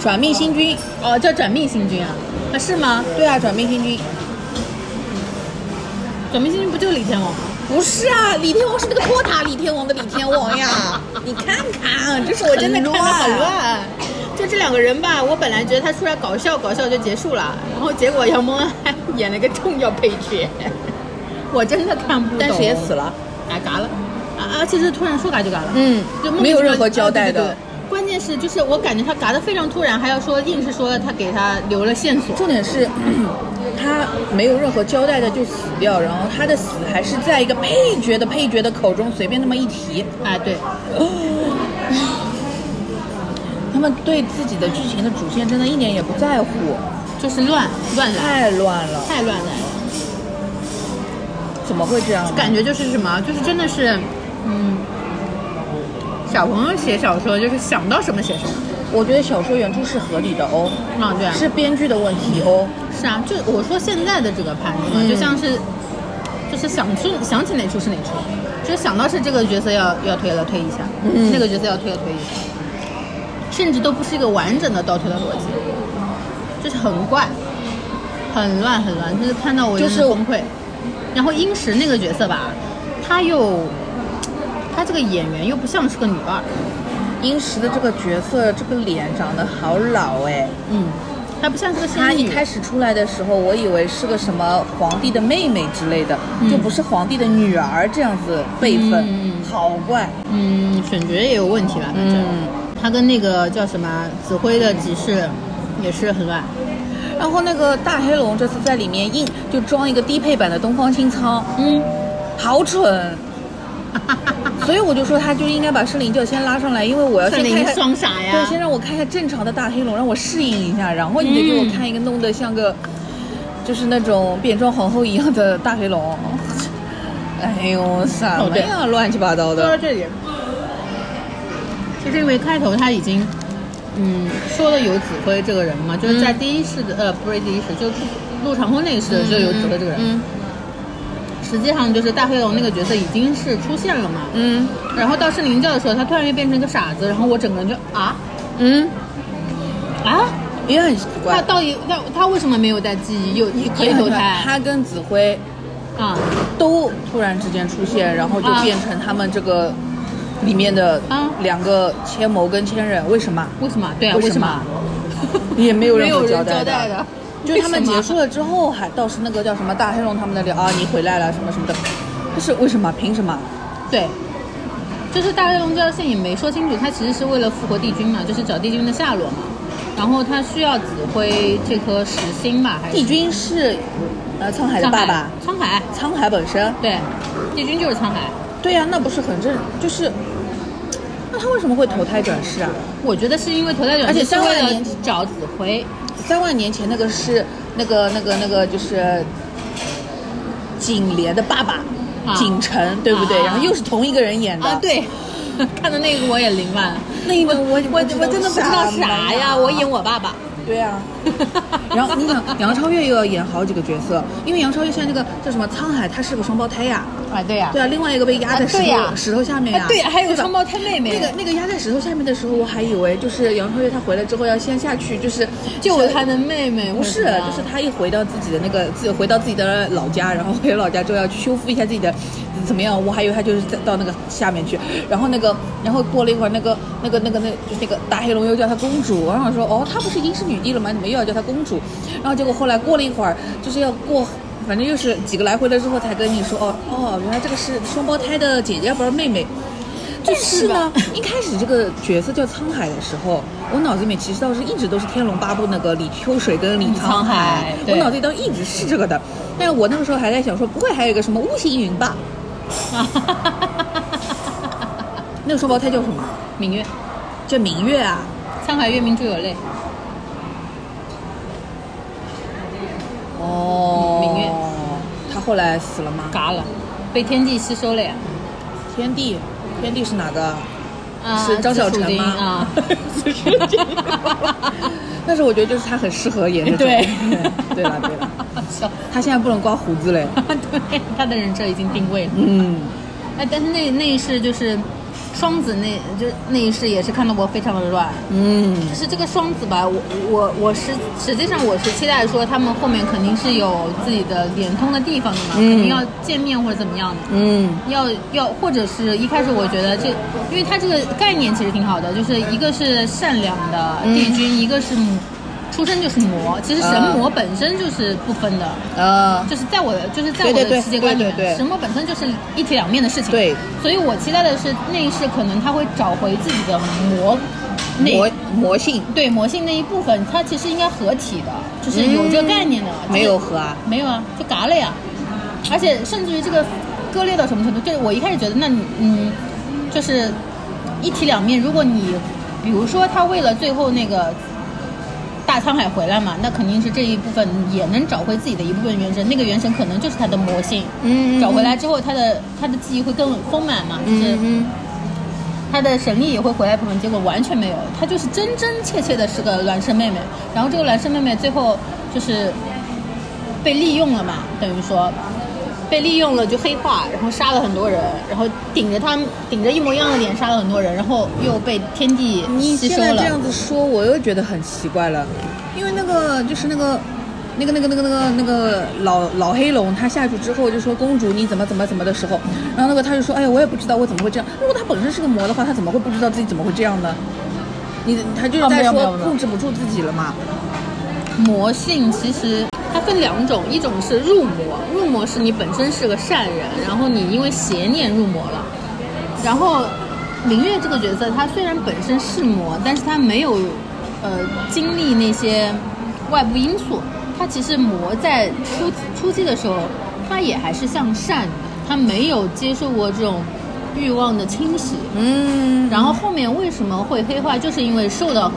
C: 转命星君，
D: 哦，叫转命星君啊？啊，是吗？
C: 对啊，转命星君
D: 转命星君不就是李天王吗？
C: 不是啊，李天王是那个托塔李天王的李天王 <laughs> 呀！你看看，这是我真的看
D: 很
C: 的
D: 乱，
C: 好啊
D: 很
C: 乱。
D: 乱。就这两个人吧，我本来觉得他出来搞笑搞笑就结束了，然后结果杨蒙恩还演了个重要配角， <laughs> 我真的看不懂。
C: 但是也死，了，
D: 哎，嘎了，啊，而且是突然说嘎就嘎了，
C: 嗯
D: 就莫名
C: 没有
D: 其妙
C: 任何交代的
D: 啊对对对关键是就是我感觉他嘎的非常突然，还要说硬是说他给他留了线索，
C: 重点是 <clears throat> 他没有任何交代的就死掉，然后他的死还是在一个配角的配角的口中随便那么一提。
D: 哎，对，
C: 他们对自己的剧情的主线真的一点也不在乎，
D: 就是乱乱来，
C: 太乱了，
D: 太乱来了。
C: 怎么会这样呢？
D: 感觉就是什么，就是真的是，嗯，小朋友写小说就是想到什么写什么，
C: 我觉得小说原著是合理的哦，
D: 啊，对啊，
C: 是编剧的问题哦。
D: 是啊，就我说现在的这个盘子嘛，
C: 嗯
D: 就像是，就是想出想起哪出是哪出，就想到是这个角色要要推了推一下，
C: 嗯
D: 那个角色要推了推一下，甚至都不是一个完整的倒推的逻辑，就是很怪，很乱很乱，就是看到我
C: 就是
D: 真的崩溃。然后英石那个角色吧，她又，她这个演员又不像是个女二，
C: 英石的这个角色，这个脸长得好老哎。
D: 嗯，她不像是个
C: 她
D: 仙
C: 一
D: 女，
C: 开始出来的时候，我以为是个什么皇帝的妹妹之类的，
D: 嗯
C: 就不是皇帝的女儿这样子辈分，
D: 嗯
C: 好怪。
D: 嗯，选角也有问题吧，反正、
C: 嗯
D: 他跟那个叫什么指挥的集市也是很乱，
C: 然后那个大黑龙这次在里面硬就装一个低配版的东方青苍，
D: 嗯，
C: 好蠢。所以我就说，他就应该把圣灵教先拉上来，因为我要
D: 森
C: 先
D: 林
C: 看看
D: 双啊傻呀
C: 对，，先让我看一下正常的大黑龙，让我适应一下，然后你得
D: 嗯
C: 给我看一个弄得像个，就是那种变装皇后一样的大黑龙。哎呦，什
D: 哦
C: 么
D: 对
C: 呀，乱七八糟
D: 说到
C: 的。
D: 这里，就是因为开头他已经嗯说了有指挥这个人嘛，就是
C: 嗯
D: 在第一世的、呃不是第一世，就是陆长空那一世的时候有指挥这个人，
C: 嗯
D: 实际上就是大黑龙那个角色已经是出现了嘛，
C: 嗯
D: 然后到圣灵教的时候，他突然又变成一个傻子，然后我整个人就啊
C: 嗯，
D: 啊，
C: 也很奇怪
D: 他。到底他他为什么没有带记忆，又可以
C: 也很
D: 投
C: 怪
D: 胎？
C: 他跟子辉
D: 啊
C: 都突然之间出现，然后就
D: 啊
C: 变成他们这个里面的
D: 啊
C: 两个千谋跟千仞，为什么？
D: 为什么？对啊，
C: 为
D: 为
C: 什
D: 什
C: 么
D: 么？
C: <laughs> 也没有任何
D: 人
C: 交代的
D: 代
C: <laughs>
D: 的，
C: 就是他们结束
D: 了。
C: 了之后，还倒是那个叫什么大黑龙他们在聊啊，你回来了什么什么的，就是为什么？凭什么？
D: 对，就是大黑龙这条线也没说清楚，他其实是为了复活帝君嘛，就是找帝君的下落嘛。然后他需要指挥这颗石星吧，还是
C: 帝君是呃沧海的
D: 沧
C: 爸
D: 海
C: 爸，？
D: 沧海，
C: 沧海本身。
D: 对，帝君就是沧海。
C: 对呀、那不是很正，就是。那他为什么会投胎转世啊？
D: 我觉得是因为头戴转
C: 而且
D: 世是
C: 三万
D: 为了
C: 年
D: 找指挥，
C: 三万年前那个是那个那个那个就是景莲的爸爸
D: 啊
C: 景晨，对不对？
D: 啊
C: 然后又是同一个人演的
D: 啊，，对， <laughs> 看到那个我也凌乱了。
C: 那个我
D: 我我真的不知道啥呀，我演我爸爸。
C: 对啊， <laughs> 然后你
D: <laughs>
C: 想，杨超越又要演好几个角色，因为杨超越现在这个叫什么沧海，她是个双胞胎呀，
D: 啊，对呀
C: 对啊，另外一个被压在石
D: 啊对
C: 头、
D: 呀啊
C: 石头下面呀，
D: 对呀，还有
C: 对吧
D: 双胞胎妹妹，
C: 那个那个压在石头下面的时候，我还以为就是杨超越她回来之后要先下去，就是
D: 救他的妹妹，
C: 不
D: <laughs>
C: 是，就是她一回到自己的那个自回到自己的老家，然后回老家之后要去修复一下自己的怎么样？我还以为他就是在到那个下面去，然后那个，然后过了一会儿，那个那个那个那就是那个大黑龙又叫她公主，然后我说哦，她不是已经是女帝了吗？怎么又要叫她公主？然后结果后来过了一会儿，就是要过。反正又是几个来回了之后，才跟你说哦哦，原来这个是双胞胎的姐姐，不是妹妹。但是呢，一开始这个角色叫沧海的时候，我脑子里面其实倒是一直都是《天龙八部》那个李秋水跟李沧
D: 沧海
C: 我
D: 对
C: 脑子里倒一直是这个的。但是我那个时候还在想说，不会还有一个什么巫行云吧？
D: <laughs>
C: 那个双胞胎叫什么？
D: 芈月，
C: 叫明月啊？
D: 沧海月明珠有泪，
C: 哦
D: 明月。
C: 她后来死了吗？
D: 嘎了，被天地吸收了呀。
C: 天帝，天帝是哪个？
D: 啊
C: 是张小
D: 紫薯
C: 晨
D: 丁
C: 吗？
D: 啊，
C: <laughs> 紫薯丁。但是我觉得就是他很适合演这种。
D: 对
C: 对了对了，
D: <laughs> 笑
C: 他现在不能刮胡子嘞。
D: 啊对，他的人设已经定位了。
C: 嗯，
D: 哎，但是那那一世就是双子那，就那一世也是看得我非常的乱。
C: 嗯，
D: 就是这个双子吧，我我我是实际上我是期待说他们后面肯定是有自己的连通的地方的嘛，
C: 嗯
D: 肯定要见面或者怎么样的。
C: 嗯，
D: 要要，或者是一开始我觉得这，因为它这个概念其实挺好的，就是一个是善良的
C: 嗯
D: 帝君，一个是母出生就是魔，其实神
C: 嗯
D: 魔本身就是不分的，
C: 呃，
D: 就是在我的就是在
C: 对
D: 我
C: 对
D: 的
C: 对
D: 世界观里面，
C: 对对对
D: 神魔本身就是一体两面的事情。
C: 对，
D: 所以我期待的是那一世可能他会找回自己的魔，那
C: 魔魔性
D: 对魔性那一部分，它其实应该合体的，就是有这个概念的。就是
C: 没有和啊。
D: 没有啊，就嘎了呀。而且甚至于这个割裂到什么程度？就是我一开始觉得，那你嗯，就是一体两面。如果你比如说他为了最后那个大沧海回来嘛，那肯定是这一部分也能找回自己的一部分元神，那个元神可能就是他的魔性。
C: 嗯
D: 找回来之后，他的他的记忆会更丰满嘛，就是
C: 嗯
D: 他的神力也会回来一部分，结果完全没有，他就是真真切切的是个孪生妹妹。然后这个孪生妹妹最后就是被利用了嘛，等于说被利用了就黑化，然后杀了很多人，然后顶着他顶着一模一样的脸杀了很多人，然后又被天地
C: 嗯你
D: 吸
C: 现
D: 收
C: 在
D: 了
C: 这。样子说，我又觉得很奇怪了，因为那个就是那个。那个、那个、那个、那个、那个老老黑龙，他下去之后就说：“公主，你怎么怎么怎么的时候，然后那个他就说：‘哎呀，我也不知道我怎么会这样。’如果他本身是个魔的话，他怎么会不知道自己怎么会这样呢？你他就是
D: 哦没
C: 在
D: 有没
C: 说
D: 有没有
C: 控制不住自己了嘛。
D: 魔性其实它分两种，一种是入魔，入魔是你本身是个善人，然后你因为邪念入魔了。然后明月这个角色，她虽然本身是魔，但是她没有呃经历那些外部因素。她其实魔在初初期的时候，她也还是向善的，她没有接受过这种欲望的侵蚀。
C: 嗯，
D: 然后后面为什么会黑化，就是因为受到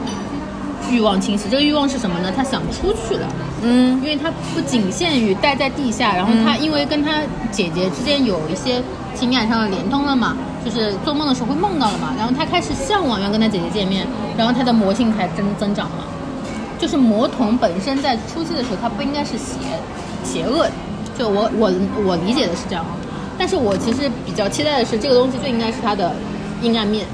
D: 欲望侵蚀。这个欲望是什么呢？他想出去了，
C: 嗯
D: 因为他不仅限于待在地下，然后他因为跟他姐姐之间有一些情感上的连通了嘛，就是做梦的时候会梦到了嘛，然后他开始向往要跟他姐姐见面，然后他的魔性才增增长了。就是魔童本身在初期的时候，他不应该是邪邪恶的，就我我我理解的是这样啊。但是我其实比较期待的是，这个东西就应该是他的阴暗面。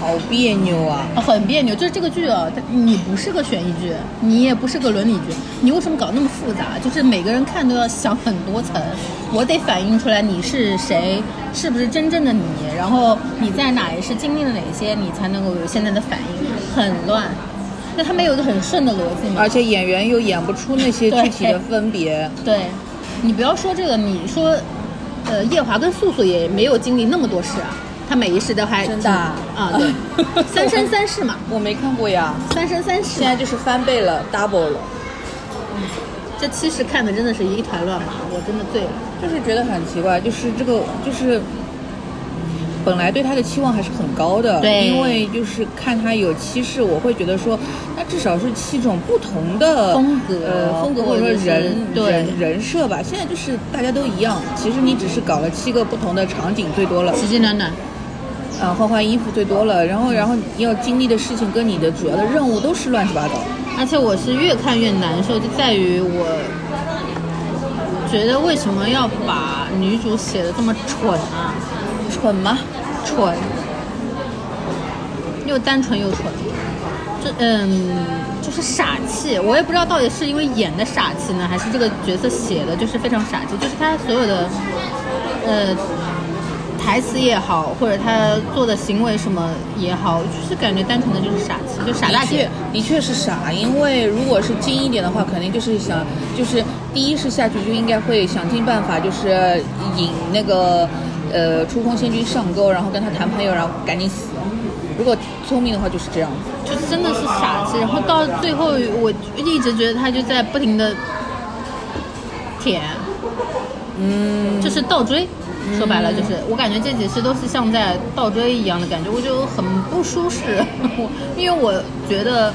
C: 好别扭啊！
D: 很别扭，就是这个剧啊，它你不是个悬疑剧，你也不是个伦理剧，你为什么搞那么复杂？就是每个人看都要想很多层，我得反映出来你是谁，是不是真正的你，然后你在哪一世经历了哪些，你才能够有现在的反应，很乱。那他没有一个很顺的逻辑嘛
C: 而？且演员又演不出那些具体的分别。
D: 对，你不要说这个，你说，呃，夜华跟素素也没有经历那么多事啊，他每一世都还
C: 真的啊
D: 挺啊，对，三生三世嘛，
C: 我没看过呀，
D: 三生三世
C: <laughs> 现
D: 嘛。
C: 在就是翻倍了，double 了，
D: 这七十看的真的是一团乱麻，我真的醉了。
C: 就是觉得很奇怪，就是这个就是。本来对他的期望还是很高的，
D: 对
C: 因为就是看他有七世，我会觉得说，那至少是七种不同的
D: 风格
C: 呃，风格或
D: 或
C: 者
D: 者
C: 说
D: 是
C: 人
D: 对
C: 人人设吧。现在就是大家都一样，其实你只是搞了七个不同的场景，最多了。
D: 奇迹暖暖，
C: 啊，换换衣服最多了，然后然后你要经历的事情跟你的主要的任务都是乱七八糟。
D: 而且我是越看越难受，就在于我觉得为什么要把女主写的这么蠢啊？
C: 蠢吗？
D: 蠢，又单纯又蠢，这嗯，就是傻气。我也不知道到底是因为演的傻气呢，还是这个角色写的就是非常傻气，就是他所有的呃台词也好，或者他做的行为什么也好，就是感觉单纯的就是傻气，就傻大姐。
C: 的确的确是傻，因为如果是精一点的话，肯定就是想，就是第一是下去就应该会想尽办法，就是引那个呃出空仙君上钩，然后跟他谈朋友，然后赶紧死。如果聪明的话就是这样子，
D: 就真的是傻子。然后到最后，我一直觉得他就在不停的舔，嗯，就是倒追。
C: 嗯
D: 说白了就是，我感觉这几次都是像在倒追一样的感觉，我就很不舒适。 <laughs> 我因为我觉得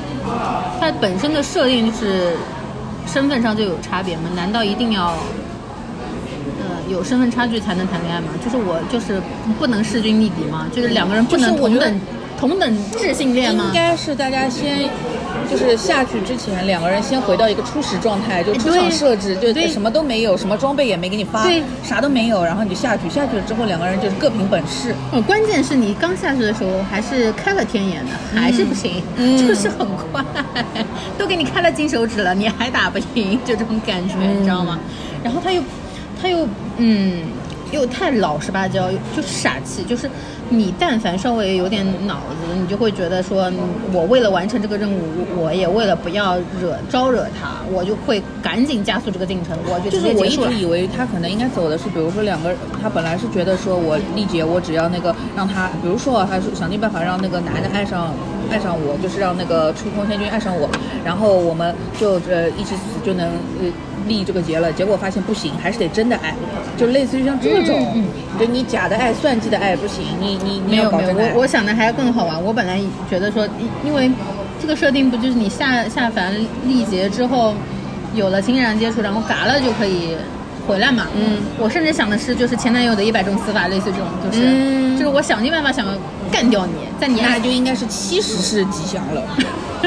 D: 它本身的设定就是身份上就有差别嘛，难道一定要呃有身份差距才能谈恋爱吗？就是我就是不能势均力敌吗？就是两个人不能
C: 就是我
D: 同
C: 觉得
D: 等、同等质性恋吗
C: 应？该是大家先。就是下去之前，两个人先回到一个初始状态，就出
D: 哎对
C: 场设置，就
D: 对
C: 什么都没有，什么装备也没给你发
D: 对，
C: 啥都没有，然后你就下去，下去了之后，两个人就是各凭本事。
D: 哦，关键是你刚下去的时候还是开了天眼的，还是不行，
C: 嗯
D: 就是很快，都给你开了金手指了，你还打不赢，就这种感觉，你知道吗？
C: 嗯
D: 然后他又，他又，嗯，又太老实巴交，就傻气，就是你但凡稍微有点脑子，你就会觉得说，嗯我为了完成这个任务，我也为了不要惹招惹他，我就会赶紧加速这个进程，我就
C: 就
D: 直
C: 是
D: 接
C: 我
D: 结
C: 一
D: 束
C: 直
D: 了。
C: 以为他可能应该走的是，比如说两个人，他本来是觉得说我丽姐，我只要那个让他，比如说啊他是想尽办法让那个男的爱上爱上我，就是让那个出空天君爱上我，然后我们就呃一起死就能呃立这个结了。结果发现不行，还是得真的爱，就类似于像这种，
D: 嗯
C: 就你假的爱、算计的爱不行，你你你
D: 没
C: 要
D: 有
C: 搞
D: 没有，
C: 真爱。
D: 我我想的还更好玩。我本来觉得说，因因为这个设定不就是你下下凡历劫之后，有了情感接触，然后嘎了就可以回来嘛。嗯，我甚至想的是，就是前男友的一百种死法，类似这种，就是、
C: 嗯
D: 就是我想尽办法想要干掉你，在你
C: 那
D: 爱
C: 就应该是七十是吉祥了，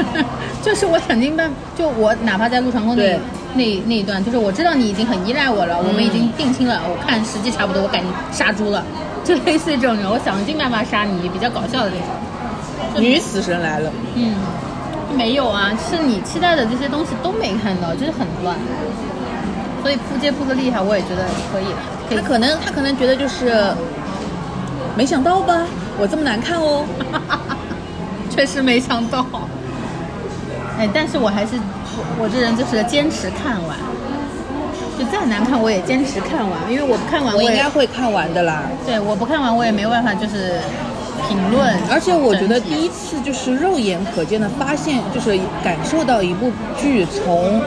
D: <laughs> 就是我想尽办，就我哪怕在陆长空那
C: 对
D: 那那一段，就是我知道你已经很依赖我了，我们已经定亲了，我看时机差不多，我赶紧杀猪了，就类似于这种人，我想尽办法杀你，比较搞笑的那种。就
C: 女死神来了。
D: 嗯，没有啊，是你期待的这些东西都没看到，就是很乱。所以扑街扑的厉害，我也觉得可以了，可以
C: 他。可能他可能觉得就是没想到吧，我这么难看
D: <laughs>
C: 哦。
D: 确实没想到。哎，但是我还是我这人就是坚持看完，就再难看我也坚持看完，因为我不看完
C: 我
D: 也
C: 应该会看完的啦，
D: 对我不看完我也没有办法就是评论。
C: 而且我觉得
D: 整
C: 第
D: 体
C: 一次就是肉眼可见的发现，就是感受到一部剧从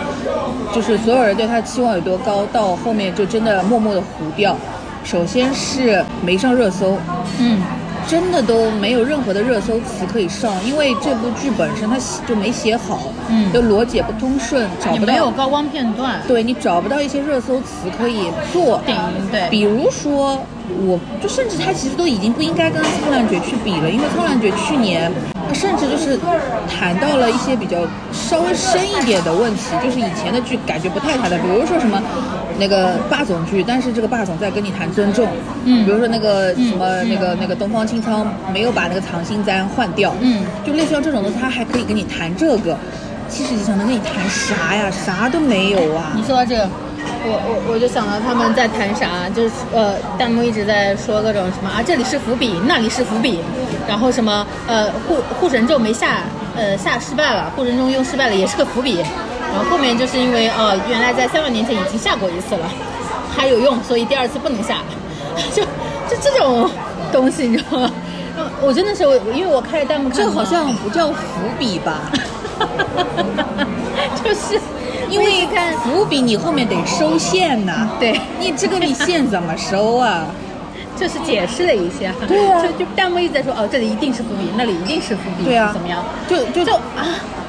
C: 就是所有人对它期望有多高，到后面就真的默默的糊掉。首先是没上热搜，
D: 嗯
C: 真的都没有任何的热搜词可以上，因为这部剧本身它写就没写好，
D: 嗯
C: 就逻辑也不通顺，找
D: 也
C: 不
D: 没有
C: 到，
D: 高光片段，
C: 对你找不到一些热搜词可以做
D: 顶对
C: 比如说，我就甚至他其实都已经不应该跟《苍兰诀》去比了，因为《苍兰诀》去年它甚至就是谈到了一些比较稍微深一点的问题，就是以前的剧感觉不太谈的，比如说什么那个霸总剧，但是这个霸总在跟你谈尊重，
D: 嗯
C: 比如说那个什么、
D: 嗯
C: 那个那个东方青苍没有把那个藏心簪换掉，
D: 嗯
C: 就类似像这种东西，他还可以跟你谈这个。七十几想能跟你谈啥呀？啥都没有啊！
D: 你说到这个，我我我就想到他们在谈啥，就是呃，弹幕一直在说各种什么啊，这里是伏笔，那里是伏笔，然后什么呃护护神咒没下，呃下失败了，护神咒用失败了，也是个伏笔。然后后面就是因为呃原来在三万年前已经下过一次了，还有用，所以第二次不能下， <laughs> 就就这种东西，你知道吗？然后我真的是我，因为我开着弹幕看
C: 这
D: 嘛
C: 好像不叫伏笔吧？
D: <laughs> 就是
C: 因为伏笔你后面得收线呐、
D: 对。
C: 你这个你线怎么收啊？
D: 就是解释了一下，
C: 对啊
D: 就就弹幕一直在说哦，这里一定是伏笔，那里一定是伏笔，
C: 对啊
D: 嗯怎么样？
C: 就就
D: 就啊，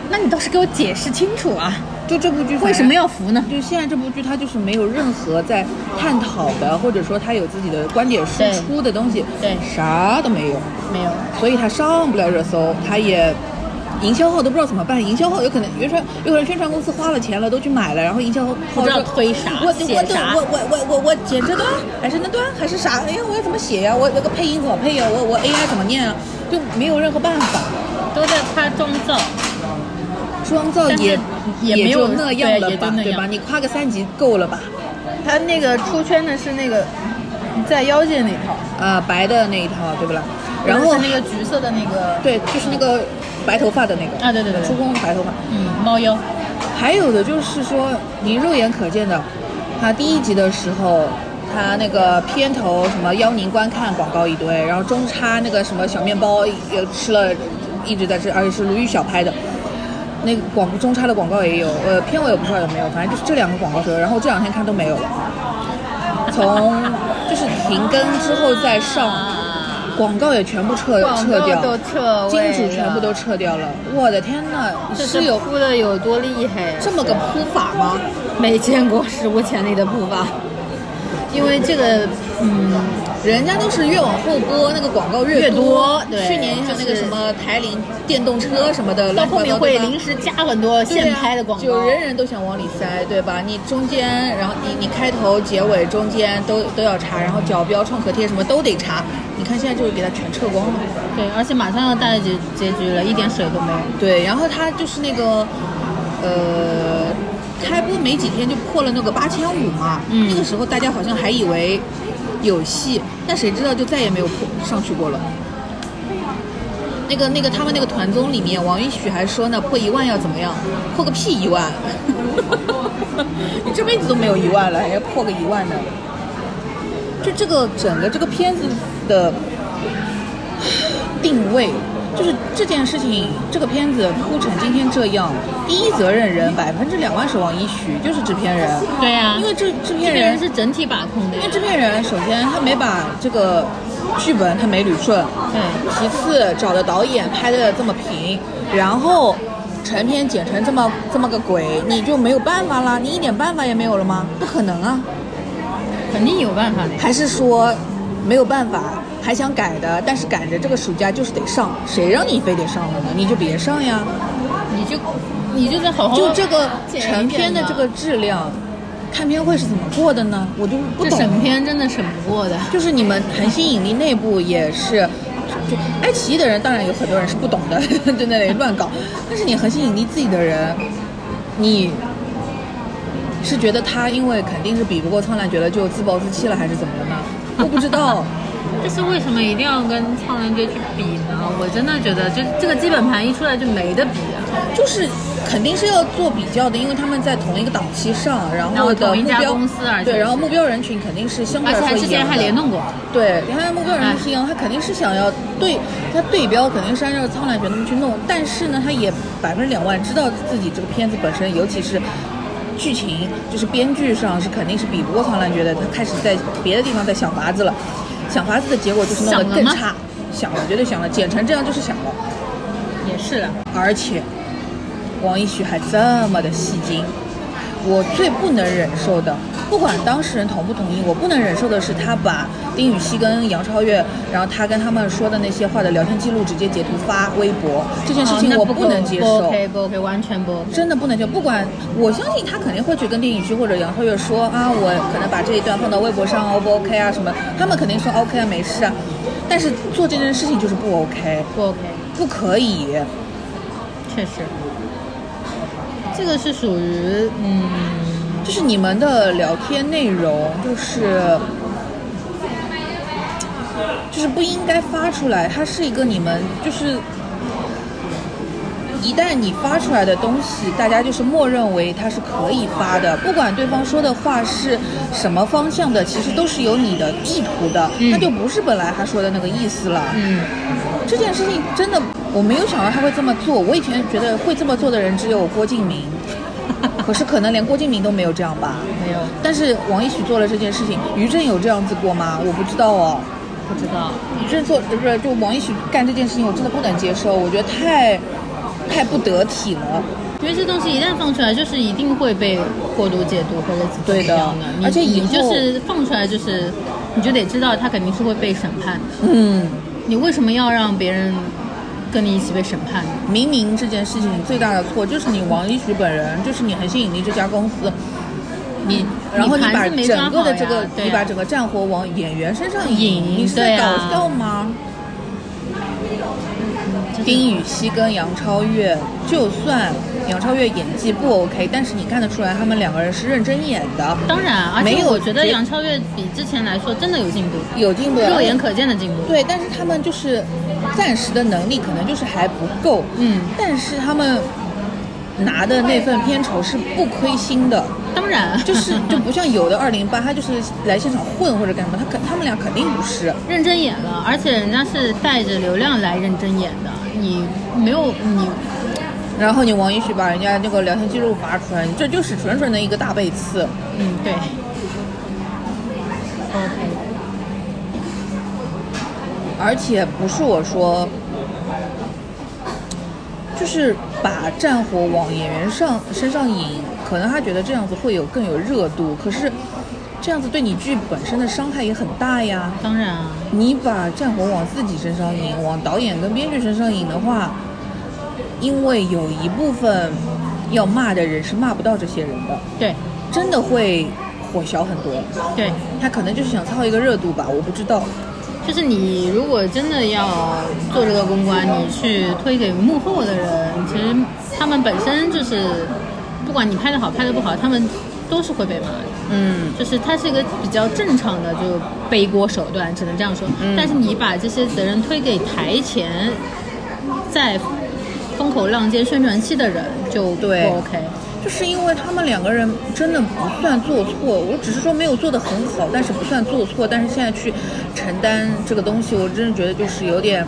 D: 那你倒是给我解释清楚啊，
C: 就这部剧
D: 为什么
C: 要？
D: 要伏呢？
C: 就现在这部剧，它就是没有任何在探讨的，或者说它有自己的观点输
D: 对
C: 出的东西，
D: 对
C: 啥都没有，
D: 没有，
C: 所以它上不了热搜，它也营销号都不知道怎么办，营销号有可能有传有可能宣传公司花了钱了，都去买了，然后营销号
D: 不知道
C: 说
D: 推啥
C: 我
D: 写啥
C: 我我我我我我剪这段还是那段还是啥？哎呀，我要怎么写呀、我那个配音怎么配呀、我我 AI 怎么念啊？就没有任何办法。
D: 都在夸妆造，
C: 妆造
D: 但是
C: 也
D: 也没有
C: 就那样了
D: 对也就
C: 吧
D: 那，样
C: 对吧？你夸个三级够了吧？
D: 他那个出圈的是那个在妖界那套，
C: 呃，白的那一套，对不啦？然
D: 或
C: 后
D: 者是那个橘色的那个，
C: 对，就是那个白头发的那个
D: 啊对对对对
C: 出宫白头发。
D: 嗯，猫妖，
C: 还有的就是说，你肉眼可见的，他第一集的时候，他那个片头什么邀您观看广告一堆，然后中插那个什么小面包也吃了，一直在吃，而且是卢昱晓拍的。那个广中插的广告也有，呃，片尾我不知道有没有，反正就是这两个广告都有，然后这两天看都没有了。从就是停更之后再上，
D: 啊
C: 广告也全部撤
D: 广
C: 撤
D: 告
C: 掉，
D: 都撤
C: 金
D: 位
C: 主全部都
D: 了
C: 撤掉了。我的天呐，
D: 这
C: 是有
D: 铺的有多厉害啊呀？
C: 这么个铺法吗？
D: 没见过史无前例的铺法，因为这个，嗯，
C: 人家都是越往后播，那个广告越
D: 越多对
C: 去年像那个
D: 就是
C: 什么台铃电动车什么的，
D: 到
C: 乱七
D: 后
C: 八
D: 面
C: 糟
D: 会
C: 对吧
D: 临时加很多
C: 对啊
D: 现拍的广告，
C: 就人人都想往里塞，对吧？你中间，然后你你开头、结尾、中间都都要查，然后角标、创可贴什么都得查。你看现在就是给它全撤光了。
D: 对，而且马上要大结结局了，一点水都没有。
C: 对，然后它就是那个，呃，开播没几天就破了那个八千五嘛。
D: 嗯
C: 那个时候大家好像还以为有戏，但谁知道就再也没有破上去过了。那个那个他们那个团综里面，王一许还说呢，破一万要怎么样？破个屁一万！ <laughs> 你这辈子都没有一万了，还要破个一万呢？就这个整个这个片子的定位，就是这件事情，这个片子铺成今天这样，第一责任人百分之两万是王一许，就是制片人，
D: 对呀、
C: 因为这制
D: 这
C: 片
D: 个
C: 人
D: 人是整体把控的
C: 因
D: 呀
C: 为。制片人首先他没把这个剧本他没捋顺，
D: 对，
C: 其次找的导演拍的这么平，然后成片剪成这么这么个鬼，你就没有办法啦，你一点办法也没有了吗？不可能啊！
D: 肯定有办法的呀。
C: 还是说没有办法，还想改的，但是赶着这个暑假就是得上，谁让你非得上了呢？你就别上呀！
D: 你就你就在好好
C: 就这个
D: 剪一
C: 成
D: 剪
C: 片的
D: 吧
C: 这个质量，看片会是怎么做的呢？我就不
D: 这
C: 懂。
D: 审片真的审不过的。
C: 就是你们腾讯引力内部也是，就爱奇艺的人当然有很多人是不懂的， <laughs> 在那里乱搞，但是你恒星引力自己的人，你是觉得他因为肯定是比不过苍兰诀了，就自暴自弃了，还是怎么了呢？我不知道，
D: 但是为什么一定要跟《苍兰诀》去比呢？我真的觉得就这个基本盘一出来就没得比啊。
C: 就是肯定是要做比较的，因为他们在同一个档期上，然
D: 然后
C: 后的
D: 同一
C: 目
D: 家
C: 标
D: 公司而且
C: 对，然后目标人群肯定是相对来
D: 而
C: 说
D: 且还
C: 一
D: 之前
C: 样
D: 还
C: 的
D: 联动过，
C: 对，你看目标人是一样，他肯定是想要对他对标，肯定是按照苍兰诀那么去弄，但是呢，他也百分之两万知道自己这个片子本身，尤其是剧情，就是编剧上是肯定是比不过苍兰诀的，他开始在别的地方在想法子了，想法子的结果就是弄
D: 想
C: 得
D: 了
C: 更
D: 吗
C: 差，想了绝对想了，剪成这样就是想了，
D: 也是啊。
C: 而且王一许还这么的戏精。我最不能忍受的，不管当事人同不同意，我不能忍受的是他把丁禹兮跟杨超越，然后他跟他们说的那些话的聊天记录直接截图发微博，这件事
D: 哦
C: 情
D: 那
C: 我
D: 不
C: 不能接
D: 不
C: 受。
D: OK 不 OK，完全不 OK。
C: 真的不能接受，不管我相信他肯定会去跟丁禹兮或者杨超越说啊，我可能把这一段放到微博上 O 不 OK 啊什么，他们肯定说 OK 啊，没事啊。但是做这件事情就是不 OK，
D: 不 OK，
C: 不可以。
D: 确实，这个是属于嗯，
C: 就是你们的聊天内容，就是就是不应该发出来，它是一个你们就是。一旦你发出来的东西，大家就是默认为它是可以发的，不管对方说的话是什么方向的，其实都是有你的意图的，
D: 嗯
C: 那就不是本来他说的那个意思了。
D: 嗯，
C: 这件事情真的，我没有想到他会这么做。我以前觉得会这么做的人只有郭敬明，可是可能连郭敬明都没有这样吧。
D: 没有
C: 但是王一许做了这件事情，于正有这样子过吗？我不知道哦。
D: 不知道。
C: 于正做呃不是就王一许干这件事情，我真的不能接受，我觉得太太不得体了。
D: 因为这东西一旦放出来，就是一定会被过度解读或者怎么
C: 对的
D: 样你
C: 而且以
D: 你
C: 后
D: 就是放出来，就是你就得知道它肯定是会被审判的。
C: 嗯，
D: 你为什么要让别人跟你一起被审判呢？
C: 明明这件事情最大的错就是你王一许本人，就是你恒星引力这家公司。你，然后你把
D: 盘子没抓
C: 整个的
D: 好
C: 这个
D: 呀，对啊
C: 你把整个战火往演员身上
D: 引啊
C: 你是在
D: 对
C: 搞
D: 啊
C: 笑吗？
D: 就是
C: 丁禹兮跟杨超越，就算杨超越演技不 OK，但是你看得出来他们两个人是认真演的，
D: 当然，而
C: 没
D: 且
C: 有
D: 我觉得
C: 觉
D: 杨超越比之前来说真的有进步，
C: 有进步的。
D: 肉眼可见的进步。
C: 对，但是他们就是暂时的能力可能就是还不够，
D: 嗯
C: 但是他们拿的那份片酬是不亏心的，
D: 当然，
C: 就是就不像有的二零八，他就是来现场混或者干什么，他肯他们俩肯定不是。
D: <laughs> 认真演了，而且人家是带着流量来认真演的，你没有你
C: 然后你王一旭把人家那个聊天记录发出来，你这就是纯纯的一个大背刺。
D: 嗯，对。OK，
C: 而且不是我说，就是把战火往演员上身上引，可能他觉得这样子会有更有热度，可是这样子对你剧本身的伤害也很大呀。
D: 当然啊，
C: 你把战火往自己身上引，往导演跟编剧身上引的话，因为有一部分要骂的人是骂不到这些人的，
D: 对
C: 真的会火小很多。
D: 对，
C: 他可能就是想操一个热度吧，我不知道。
D: 就是你如果真的要做这个公关，你去推给幕后的人，其实他们本身就是，不管你拍的好拍的不好，他们都是会被骂的。
C: 嗯，
D: 就是它是一个比较正常的，就背锅手段，只能这样说。但是你把这些责任推给台前，在风口浪尖宣传期的人，就不
C: 对
D: OK。
C: 就是因为他们两个人真的不算做错，我只是说没有做得很好，但是不算做错。但是现在去承担这个东西，我真的觉得就是有点，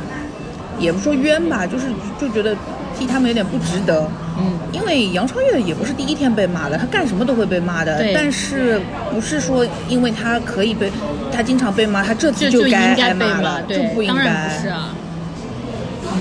C: 也不说冤吧，就是就觉得替他们有点不值得。
D: 嗯，
C: 因为杨超越也不是第一天被骂的，她干什么都会被骂的
D: 对。
C: 但是不是说因为她可以被，她经常被骂，她这
D: 这
C: 次
D: 应
C: 该
D: 该
C: 挨
D: 被
C: 骂
D: 骂
C: 了，，就
D: 对，
C: 不应
D: 当然
C: 该
D: 不。是啊。嗯，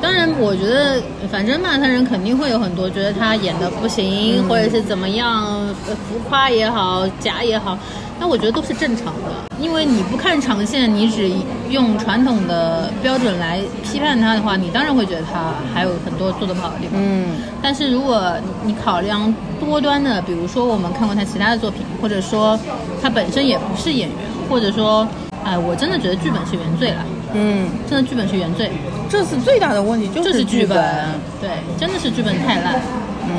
D: 当然，我觉得反正骂他人肯定会有很多觉得他演的不行，
C: 嗯
D: 或者是怎么样，呃浮夸也好，假也好，那我觉得都是正常的，因为你不看长线，你只用传统的标准来批判他的话，你当然会觉得他还有很多做的不好的地方。
C: 嗯，
D: 但是如果你考量多端的，比如说我们看过他其他的作品，或者说他本身也不是演员，或者说，哎，我真的觉得剧本是原罪了，
C: 嗯，
D: 真的剧本是原罪，
C: 这次最大的问题就
D: 就是
C: 是
D: 剧
C: 剧嗯
D: 本，对，真的是剧本太烂，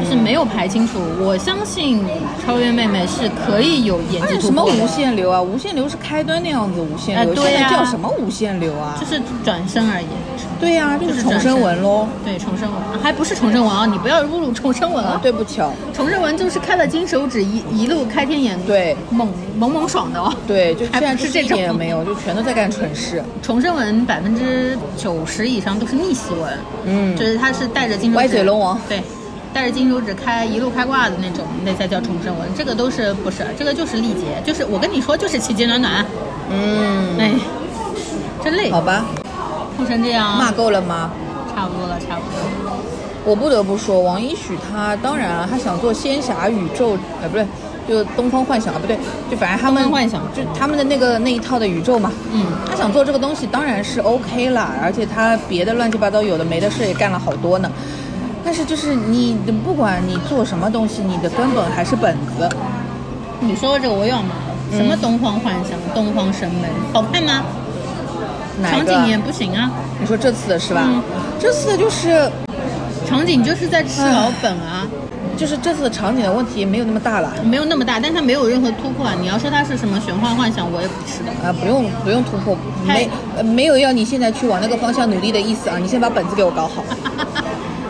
D: 就是没有排清楚。我相信超越妹妹是可以有演技
C: 那
D: 突
C: 什么
D: 破的
C: 无限流啊？无限流是开端那样子无限流，
D: 哎对呀
C: 现在叫什么无限流啊？
D: 就是转身而已，
C: 对呀、就是重生文喽。
D: 对，重生文还不是重生文啊！你不要侮辱重生文
C: 啊
D: 啊，！
C: 对不起哦，
D: 重生文就是开了金手指一一路开天眼，
C: 对
D: 猛猛猛爽的哦。
C: 对，就
D: 还
C: 现在
D: 不
C: 就
D: 是
C: 是
D: 这
C: 一点也
D: 种
C: 没有，就全都在干蠢事。
D: 重生文百分之九十以上都是逆袭文，
C: 嗯
D: 就是它是带着金手指
C: 歪嘴龙王
D: 对，带着金手指开一路开挂的那种，那才叫重生文。这个都是不是？这个就是历劫，就是我跟你说，就是奇迹暖暖，
C: 嗯，
D: 哎，真累，
C: 好吧，
D: 哭成这样，
C: 骂够了吗？
D: 差不多了，差不多了。
C: 我不得不说，王一许他当然啊，他想做仙侠宇宙，呃，不对，就东方幻想啊，不对，就反正他们
D: 东方幻想
C: 就他们的那个那一套的宇宙嘛。
D: 嗯，
C: 他想做这个东西当然是 OK 啦，而且他别的乱七八糟有的没的事也干了好多呢。但是就是你不管你做什么东西，你的根本还是本子。
D: 你说这个我有吗？什
C: 嗯
D: 么东方幻想、东方神门，好看吗？
C: 哪
D: 场
C: 一个？
D: 景也不行啊，
C: 你说这次的是吧？
D: 嗯
C: 这次的就是
D: 场景就是在吃老本啊。
C: 就是这次的场景的问题没有那么大了。
D: 没有那么大，但它没有任何突破啊！你要说它是什么玄幻幻想，我也不知道。
C: 啊，不用不用突破，没
D: 嗨
C: 呃没有要你现在去往那个方向努力的意思啊！你先把本子给我搞好。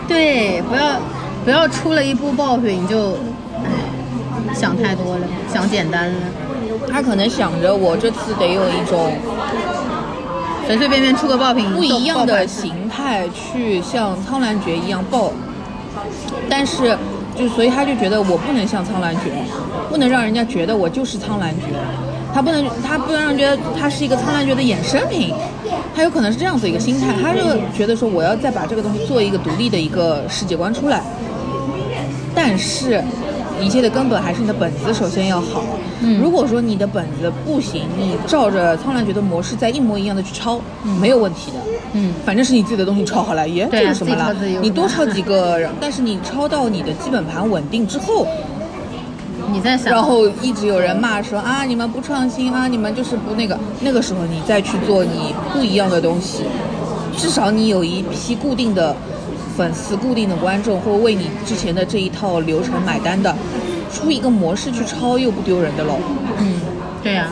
D: 对，不要不要出了一部暴雪你就，唉，想太多了，想简单了，
C: 他可能想着我这次得有一种
D: 随随便便出个爆品哎
C: 不一样
D: 爆
C: 的
D: 款
C: 形态去像苍兰诀一样爆，但是就所以他就觉得我不能像苍兰诀，不能让人家觉得我就是苍兰诀，他不能他不能让人觉得他是一个苍兰诀的衍生品，他有可能是这样子一个心态，他就觉得说我要再把这个东西做一个独立的一个世界观出来，但是。一切的根本还是你的本子首先要好。
D: 嗯
C: 如果说你的本子不行，你照着苍兰诀的模式再一模一样的去抄，没有问题的。
D: 嗯，
C: 反正是你自己的东西抄好了，耶，
D: 对啊
C: 这有什么了
D: 自己抄自己有什么？
C: 你多抄几个，然后但是你抄到你的基本盘稳定之后，
D: 你在想，
C: 然后一直有人骂说啊，你们不创新啊，你们就是不那个，那个时候你再去做你不一样的东西，至少你有一批固定的粉丝、固定的观众，会为你之前的这一套流程买单的，出一个模式去抄又不丢人的喽。
D: 对呀、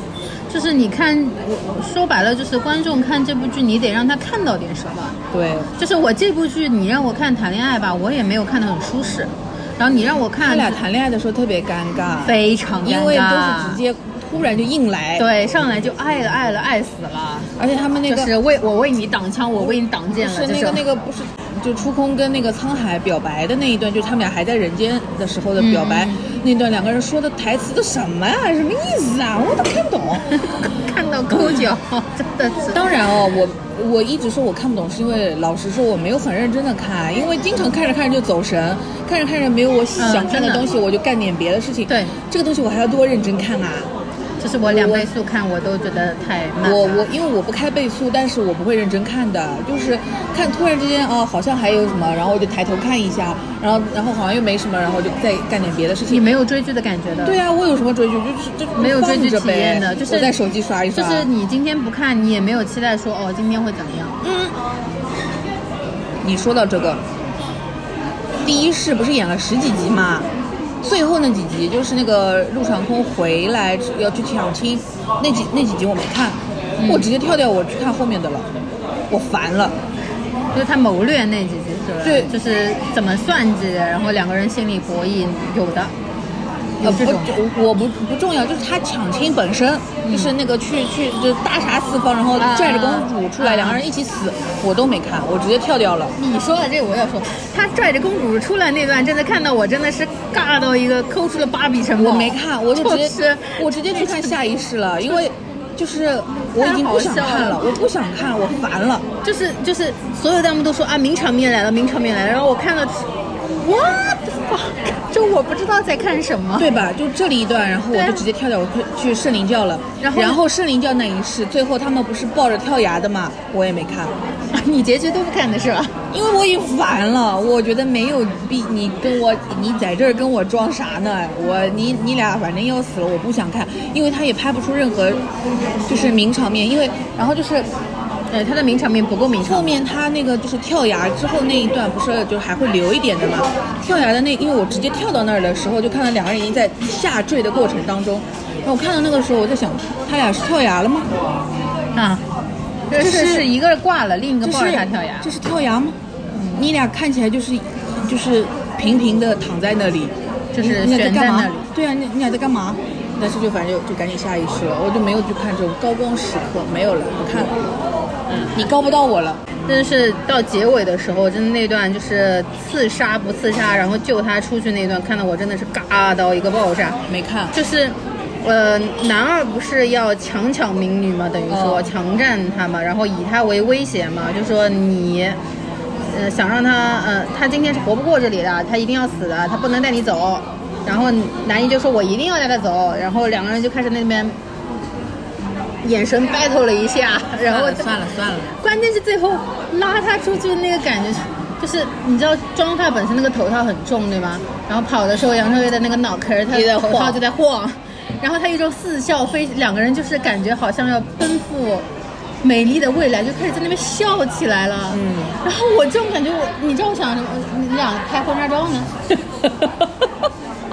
D: 就是你看，我我说白了就是观众看这部剧，你得让他看到点什么。
C: 对，
D: 就是我这部剧，你让我看谈恋爱吧，我也没有看得很舒适。然后你让我
C: 他
D: <laughs> 看，
C: 俩谈恋爱的时候特别尴尬，
D: 非常尴尬，
C: 因为都是直接突然就硬来，
D: 哎对上来就爱了爱了爱死了，
C: 而且他们那个、
D: 就是为我为你挡枪，我为你挡箭了，
C: 是那个
D: 这
C: 那
D: 种
C: 个不是，就初空跟那个沧海表白的那一段，就是他们俩还在人间的时候的表白、
D: 嗯
C: 那段，两个人说的台词都什么呀、什么意思啊？我都看不
D: <laughs>
C: 懂。
D: 看到抠 <laughs> 脚，真的是。
C: 当然哦，我我一直说我看不懂，是因为老实说我没有很认真的看，因为经常看着看着就走神，看着看着没有我想看
D: 嗯真的
C: 东西，我就干点别的事情。
D: 对，
C: 这个东西我还要多认真看啊！
D: 就是我两倍速看，我都觉得太慢了。
C: 我我因为我不开倍速，但是我不会认真看的，就是看突然之间哦，好像还有什么，然后我就抬头看一下，然后然后好像又没什么，然后就再干点别的事
D: 你
C: 情。
D: 没有追剧的感觉的。
C: 对啊，我有什么追剧就是就
D: 没有追剧
C: 放着
D: 体验的
C: 呗
D: 就是
C: 我在手机刷一
D: 就
C: 刷。
D: 是你今天不看，你也没有期待说哦，今天会怎么样？
C: 你说到这个，第一世不是演了十几集嘛？最后那几集就是那个陆长空回来要去抢亲那几那几集我没看，
D: 嗯
C: 我直接跳掉我去看后面的了，我烦了。
D: 就是他谋略那几集是吧？
C: 对
D: 就是怎么算计，然后两个人心理博弈，有的，有
C: 呃，
D: 这
C: 不
D: 种。，嗯
C: 我不不重要，就是他抢亲本身，就是那个去去就是大杀四方，然后
D: 啊
C: 拽着公主出
D: 啊哦
C: 来，两个人一起死，我都没看，我直接跳掉了。
D: 你说的这个我要说，他拽着公主出来那段，真的看到我真的是尬到一个抠出了芭比城堡。
C: 我
D: <laughs>
C: 没看，我就直接、
D: 就是
C: 我直接去看下一世了，因为就是我已经不想看
D: 太好笑
C: 了
D: 了，
C: 我不想看，我烦了。
D: 就是就是所有弹幕都说啊名场面来了，名场面来了，然后我看到，what the fuck，就我不知道在看什么。
C: 对吧？就这里一段，然后
D: 对
C: 我
D: 啊
C: 就直接跳掉，我去去圣灵教了。
D: 然后
C: 圣灵教那一世，最后他们不是抱着跳崖的嘛？我也没看，
D: <laughs> 啊你结局都不看的是吧？
C: 因为我已经烦了，我觉得没有必你跟我你在这儿跟我装啥呢？我你你俩反正要死了，我不想看，因为他也拍不出任何就是名场面，因为然后就是呃
D: 对，他的名场面不够名场
C: 后面他那个就是跳崖之后那一段，不是就还会留一点的嘛？跳崖的那，因为我直接跳到那儿的时候，就看到两个人已经在下坠的过程当中。然后我看到那个时候，我在想，他俩是跳崖了吗？
D: 面啊，就是
C: 这是
D: 是一个挂了，另一个
C: 这
D: 抱
C: 是
D: 着他跳崖嗯
C: 这。是跳崖吗？你俩看起来就是就是平平的躺在那里，
D: 就是
C: 你你俩在
D: 悬在
C: 干嘛
D: 那里？
C: 对啊，你你俩在干嘛？但是就反正就就赶紧下意识了，我就没有去看这种高光时刻，没有了，不看了。
D: 嗯
C: 你高不到我了。
D: 真的是到结尾的时候，真的那段就是刺杀不刺杀，然后救他出去那段，看到我真的是嘎到一个爆炸。
C: 没看，
D: 就是，呃，男二不是要强抢民女嘛，等于说、
C: 嗯
D: 强占她嘛，然后以她为威胁嘛，就说你，呃，想让她，呃，她今天是活不过这里的，她一定要死的，她不能带你走。然后男一就说我一定要带她走，然后两个人就开始那边眼神 battle 了一下，然后
C: 算了算了。
D: 关键是最后拉他出去的那个感觉，就是你知道妆发本身那个头套很重，对吧？然后跑的时候，杨超越的那个脑壳儿，他
C: 也在
D: 的
C: 晃
D: 头套就在晃，然后他有一种似笑非，两个人就是感觉好像要奔赴。美丽的未来就开始在那边笑起来了，嗯，然后我这种感觉，我你知道我想什么？你俩拍婚纱照呢，
C: <laughs>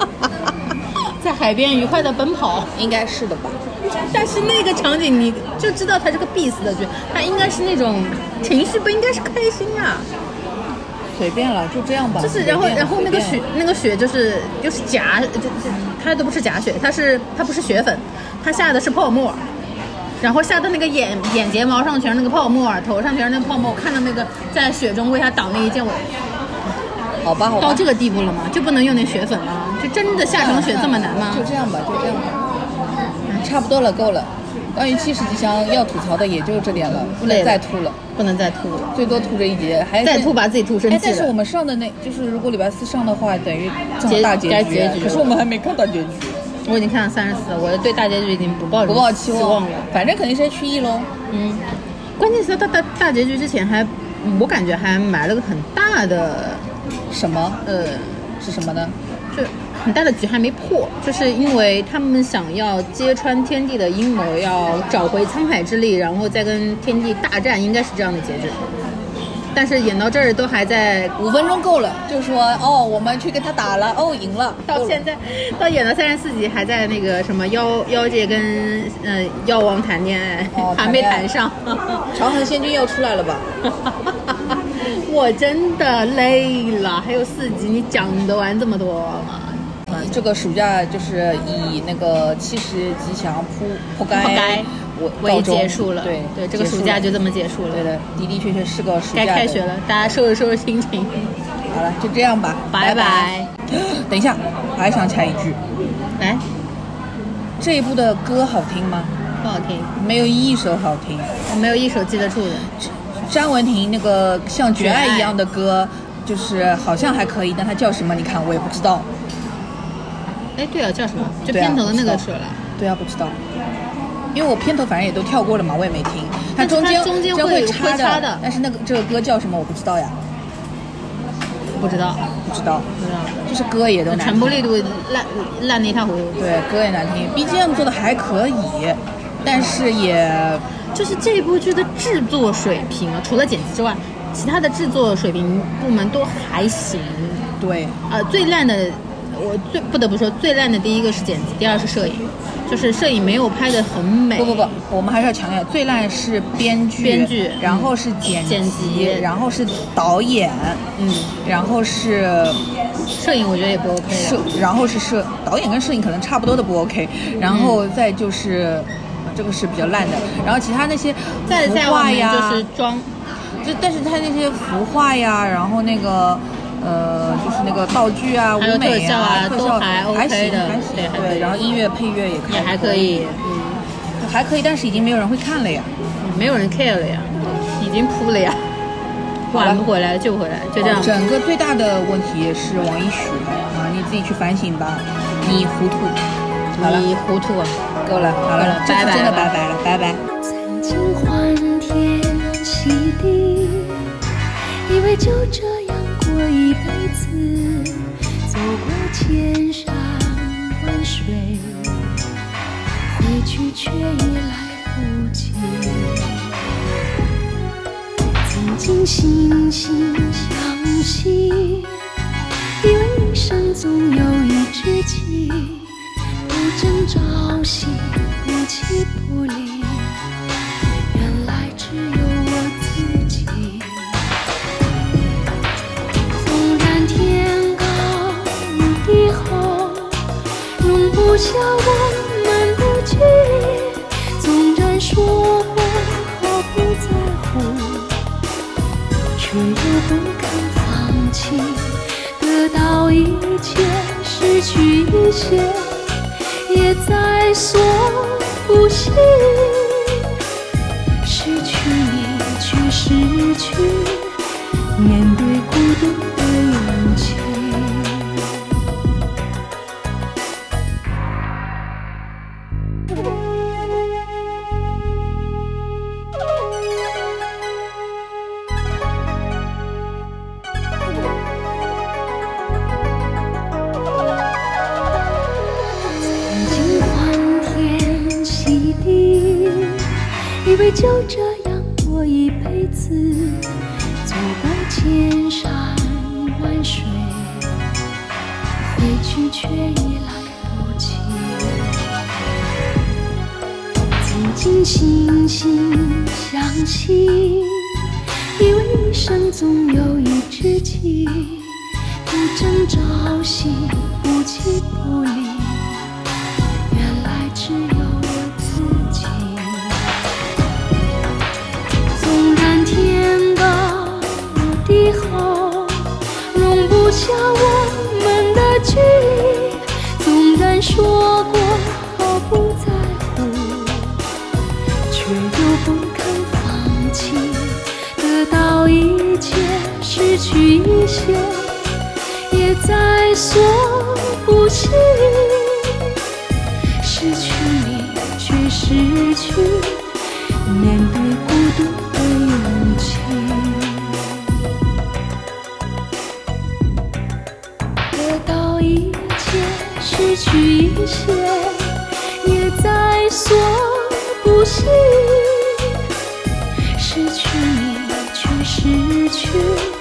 D: 在海边愉快的奔跑，
C: 应该是的吧？
D: 但是那个场景你就知道他是个必死的剧，他应该是那种情绪不应该是开心啊，
C: 随便了，就这样吧。
D: 就是然后
C: 随便
D: 然后那个
C: 随
D: 血
C: 便
D: 那个血就是就是假，就就它都不是假血，它是它不是血粉，它下的是泡沫，然后下的那个眼眼睫毛上全是那个泡沫，头上全是那个泡沫，我看到那个在雪中为他挡那一剑，我
C: 好吧，好吧，
D: 到这个地步了吗？就不能用那血粉吗？就真的下场血这么难吗
C: 就？这样吧，就这样吧，嗯差不多了，够了。关于七十吉祥要吐槽的也就这点了，不能
D: 累了
C: 再吐了，
D: 不能再吐了，
C: 最多吐这一节，还
D: 再吐把自己吐生
C: 哎，
D: 气
C: 但是我
D: 了。
C: 们上的那就是如果礼拜四上的话，等于正好大结
D: 该
C: 局
D: 结
C: 了，
D: 局了
C: 可是我们还没看到
D: <laughs>
C: 结局，
D: 我已经看了三十四，我对大结局已经不抱
C: 不
D: 不
C: 抱
D: 期
C: 期望
D: 了。，
C: 反正肯定是 H E 喽。
D: 嗯，关键是他大大大结局之前还，我感觉还埋了个很大的
C: 什么
D: 呃，
C: 是什么呢？
D: 就很大的局还没破，就是因为他们想要揭穿天帝的阴谋，要找回沧海之力，然后再跟天帝大战，应该是这样的结局。但是演到这儿都还在
C: 五分钟够了，就说哦，我们去跟他打了，哦，赢了，
D: 到现在，到演到三十四集还在那个什么妖妖界跟嗯、妖王谈恋爱，
C: 哦
D: <laughs> 还
C: 谈
D: 没
C: 恋爱
D: 谈上。
C: 在长恒仙君要出来了吧？
D: <laughs> 我真的累了，还有四集，你讲得完这么多吗？
C: 这个暑假就是以那个七十吉祥扑扑街
D: 扑街
C: 我
D: 哎我也结束了，
C: 对
D: 对，这个暑假就这么结束了。
C: 对的，的的确确是个暑假
D: 该
C: 的。
D: 开学了，大家收拾收拾心情，
C: 好了，就这样吧，
D: 拜哎
C: 拜。等一下，我还想起来一句，
D: 来，
C: 这一部的歌好听吗？
D: 不好听，
C: 没有一首好听。
D: 我没有一首记得住的。
C: 詹雯婷那个像《绝爱
D: 绝爱》
C: 一样的歌，就是好像还可以，但它叫什么？你看我也不知道。
D: 哎，对啊，叫什么？就
C: 对啊
D: 片头的那个
C: 不知
D: 是
C: 道
D: 了。
C: 对啊，不知道，因为我片头反正也都跳过了嘛，我也没听。它
D: 但是
C: 中
D: 它
C: 间
D: 中间
C: 真
D: 会
C: 会
D: 有会
C: 插
D: 插的
C: 但是那个这个歌叫什么我不知道呀，
D: 不知道，
C: 不知道，
D: 不知道。
C: 就是歌也都难
D: 传播
C: 听。
D: 力度烂烂的一塌糊涂。
C: 对，歌也难听，BGM 做的还可以，但是也
D: 就是这部剧的制作水平，啊除了剪辑之外，其他的制作水平部门都还行。
C: 对，
D: 呃，最烂的，我最不得不说最烂的第一个是剪辑，第二是摄影，就是摄影没有拍的很美。
C: 不不不，我们还是要强调，最烂是编剧，
D: 编剧嗯
C: 然后是剪
D: 剪辑
C: 然后是导演，
D: 嗯，
C: 然后是
D: 摄影我觉得也不 OK
C: 摄
D: 了。，
C: 然后是摄导演跟摄影可能差不多的不 OK，然后
D: 嗯
C: 再就是。这个是比较烂的，然后其他那些
D: 再
C: 服
D: 再往
C: 化
D: 面
C: 呀，
D: 就是装，
C: 就但是他那些服化呀，然后那个呃，就是那个道具啊、
D: 还有
C: 舞美呀、
D: 特效啊
C: 特
D: 都
C: 效
D: 还 OK
C: 行
D: 的
C: 还行
D: 对还可
C: 对，
D: 以
C: 然后音乐配乐也
D: 也还可以，嗯，
C: 还可以，但是已经没有人会看了呀。
D: 没有人 care 了呀，已经扑了呀，
C: 好了
D: 挽不回来救回来，就这样。
C: 啊整个最大的问题是王一许啊，你自己去反省吧，你糊涂，好了，
D: 你糊涂啊！
C: 够了，好
D: 够了
C: 了，这
D: 拜
C: 次
D: 拜
C: 真的
D: 了
C: 拜拜了，拜拜。
B: 曾经欢天喜地，以为就这样过一辈子，走过千山万水，回去却已来不及。曾经惺惺相惜，以为一生总有一知己，不争朝夕，不弃不离。原来只有我自己。纵然天高路低后，容不下我们的距离。纵然说过毫不在乎，却又不肯放弃。得到一切，失去一些，也在所不惜。失去你，去失去，面对孤独的勇气。曾经欢天喜地。以为就这样过一辈子，走过千山万水，回去却已来不及。曾经惺惺相惜，以为一生总有一知己，不争朝夕，不弃不离，原来只有我自己。纵然天高地厚，容不下我们的距离。纵然说过毫不在乎，却又不肯放弃。得到一切，失去一些，也在所不惜。失去你，却失去面对孤独的勇气。得到一切，失去一些，也在所不惜。失去你，却失失去。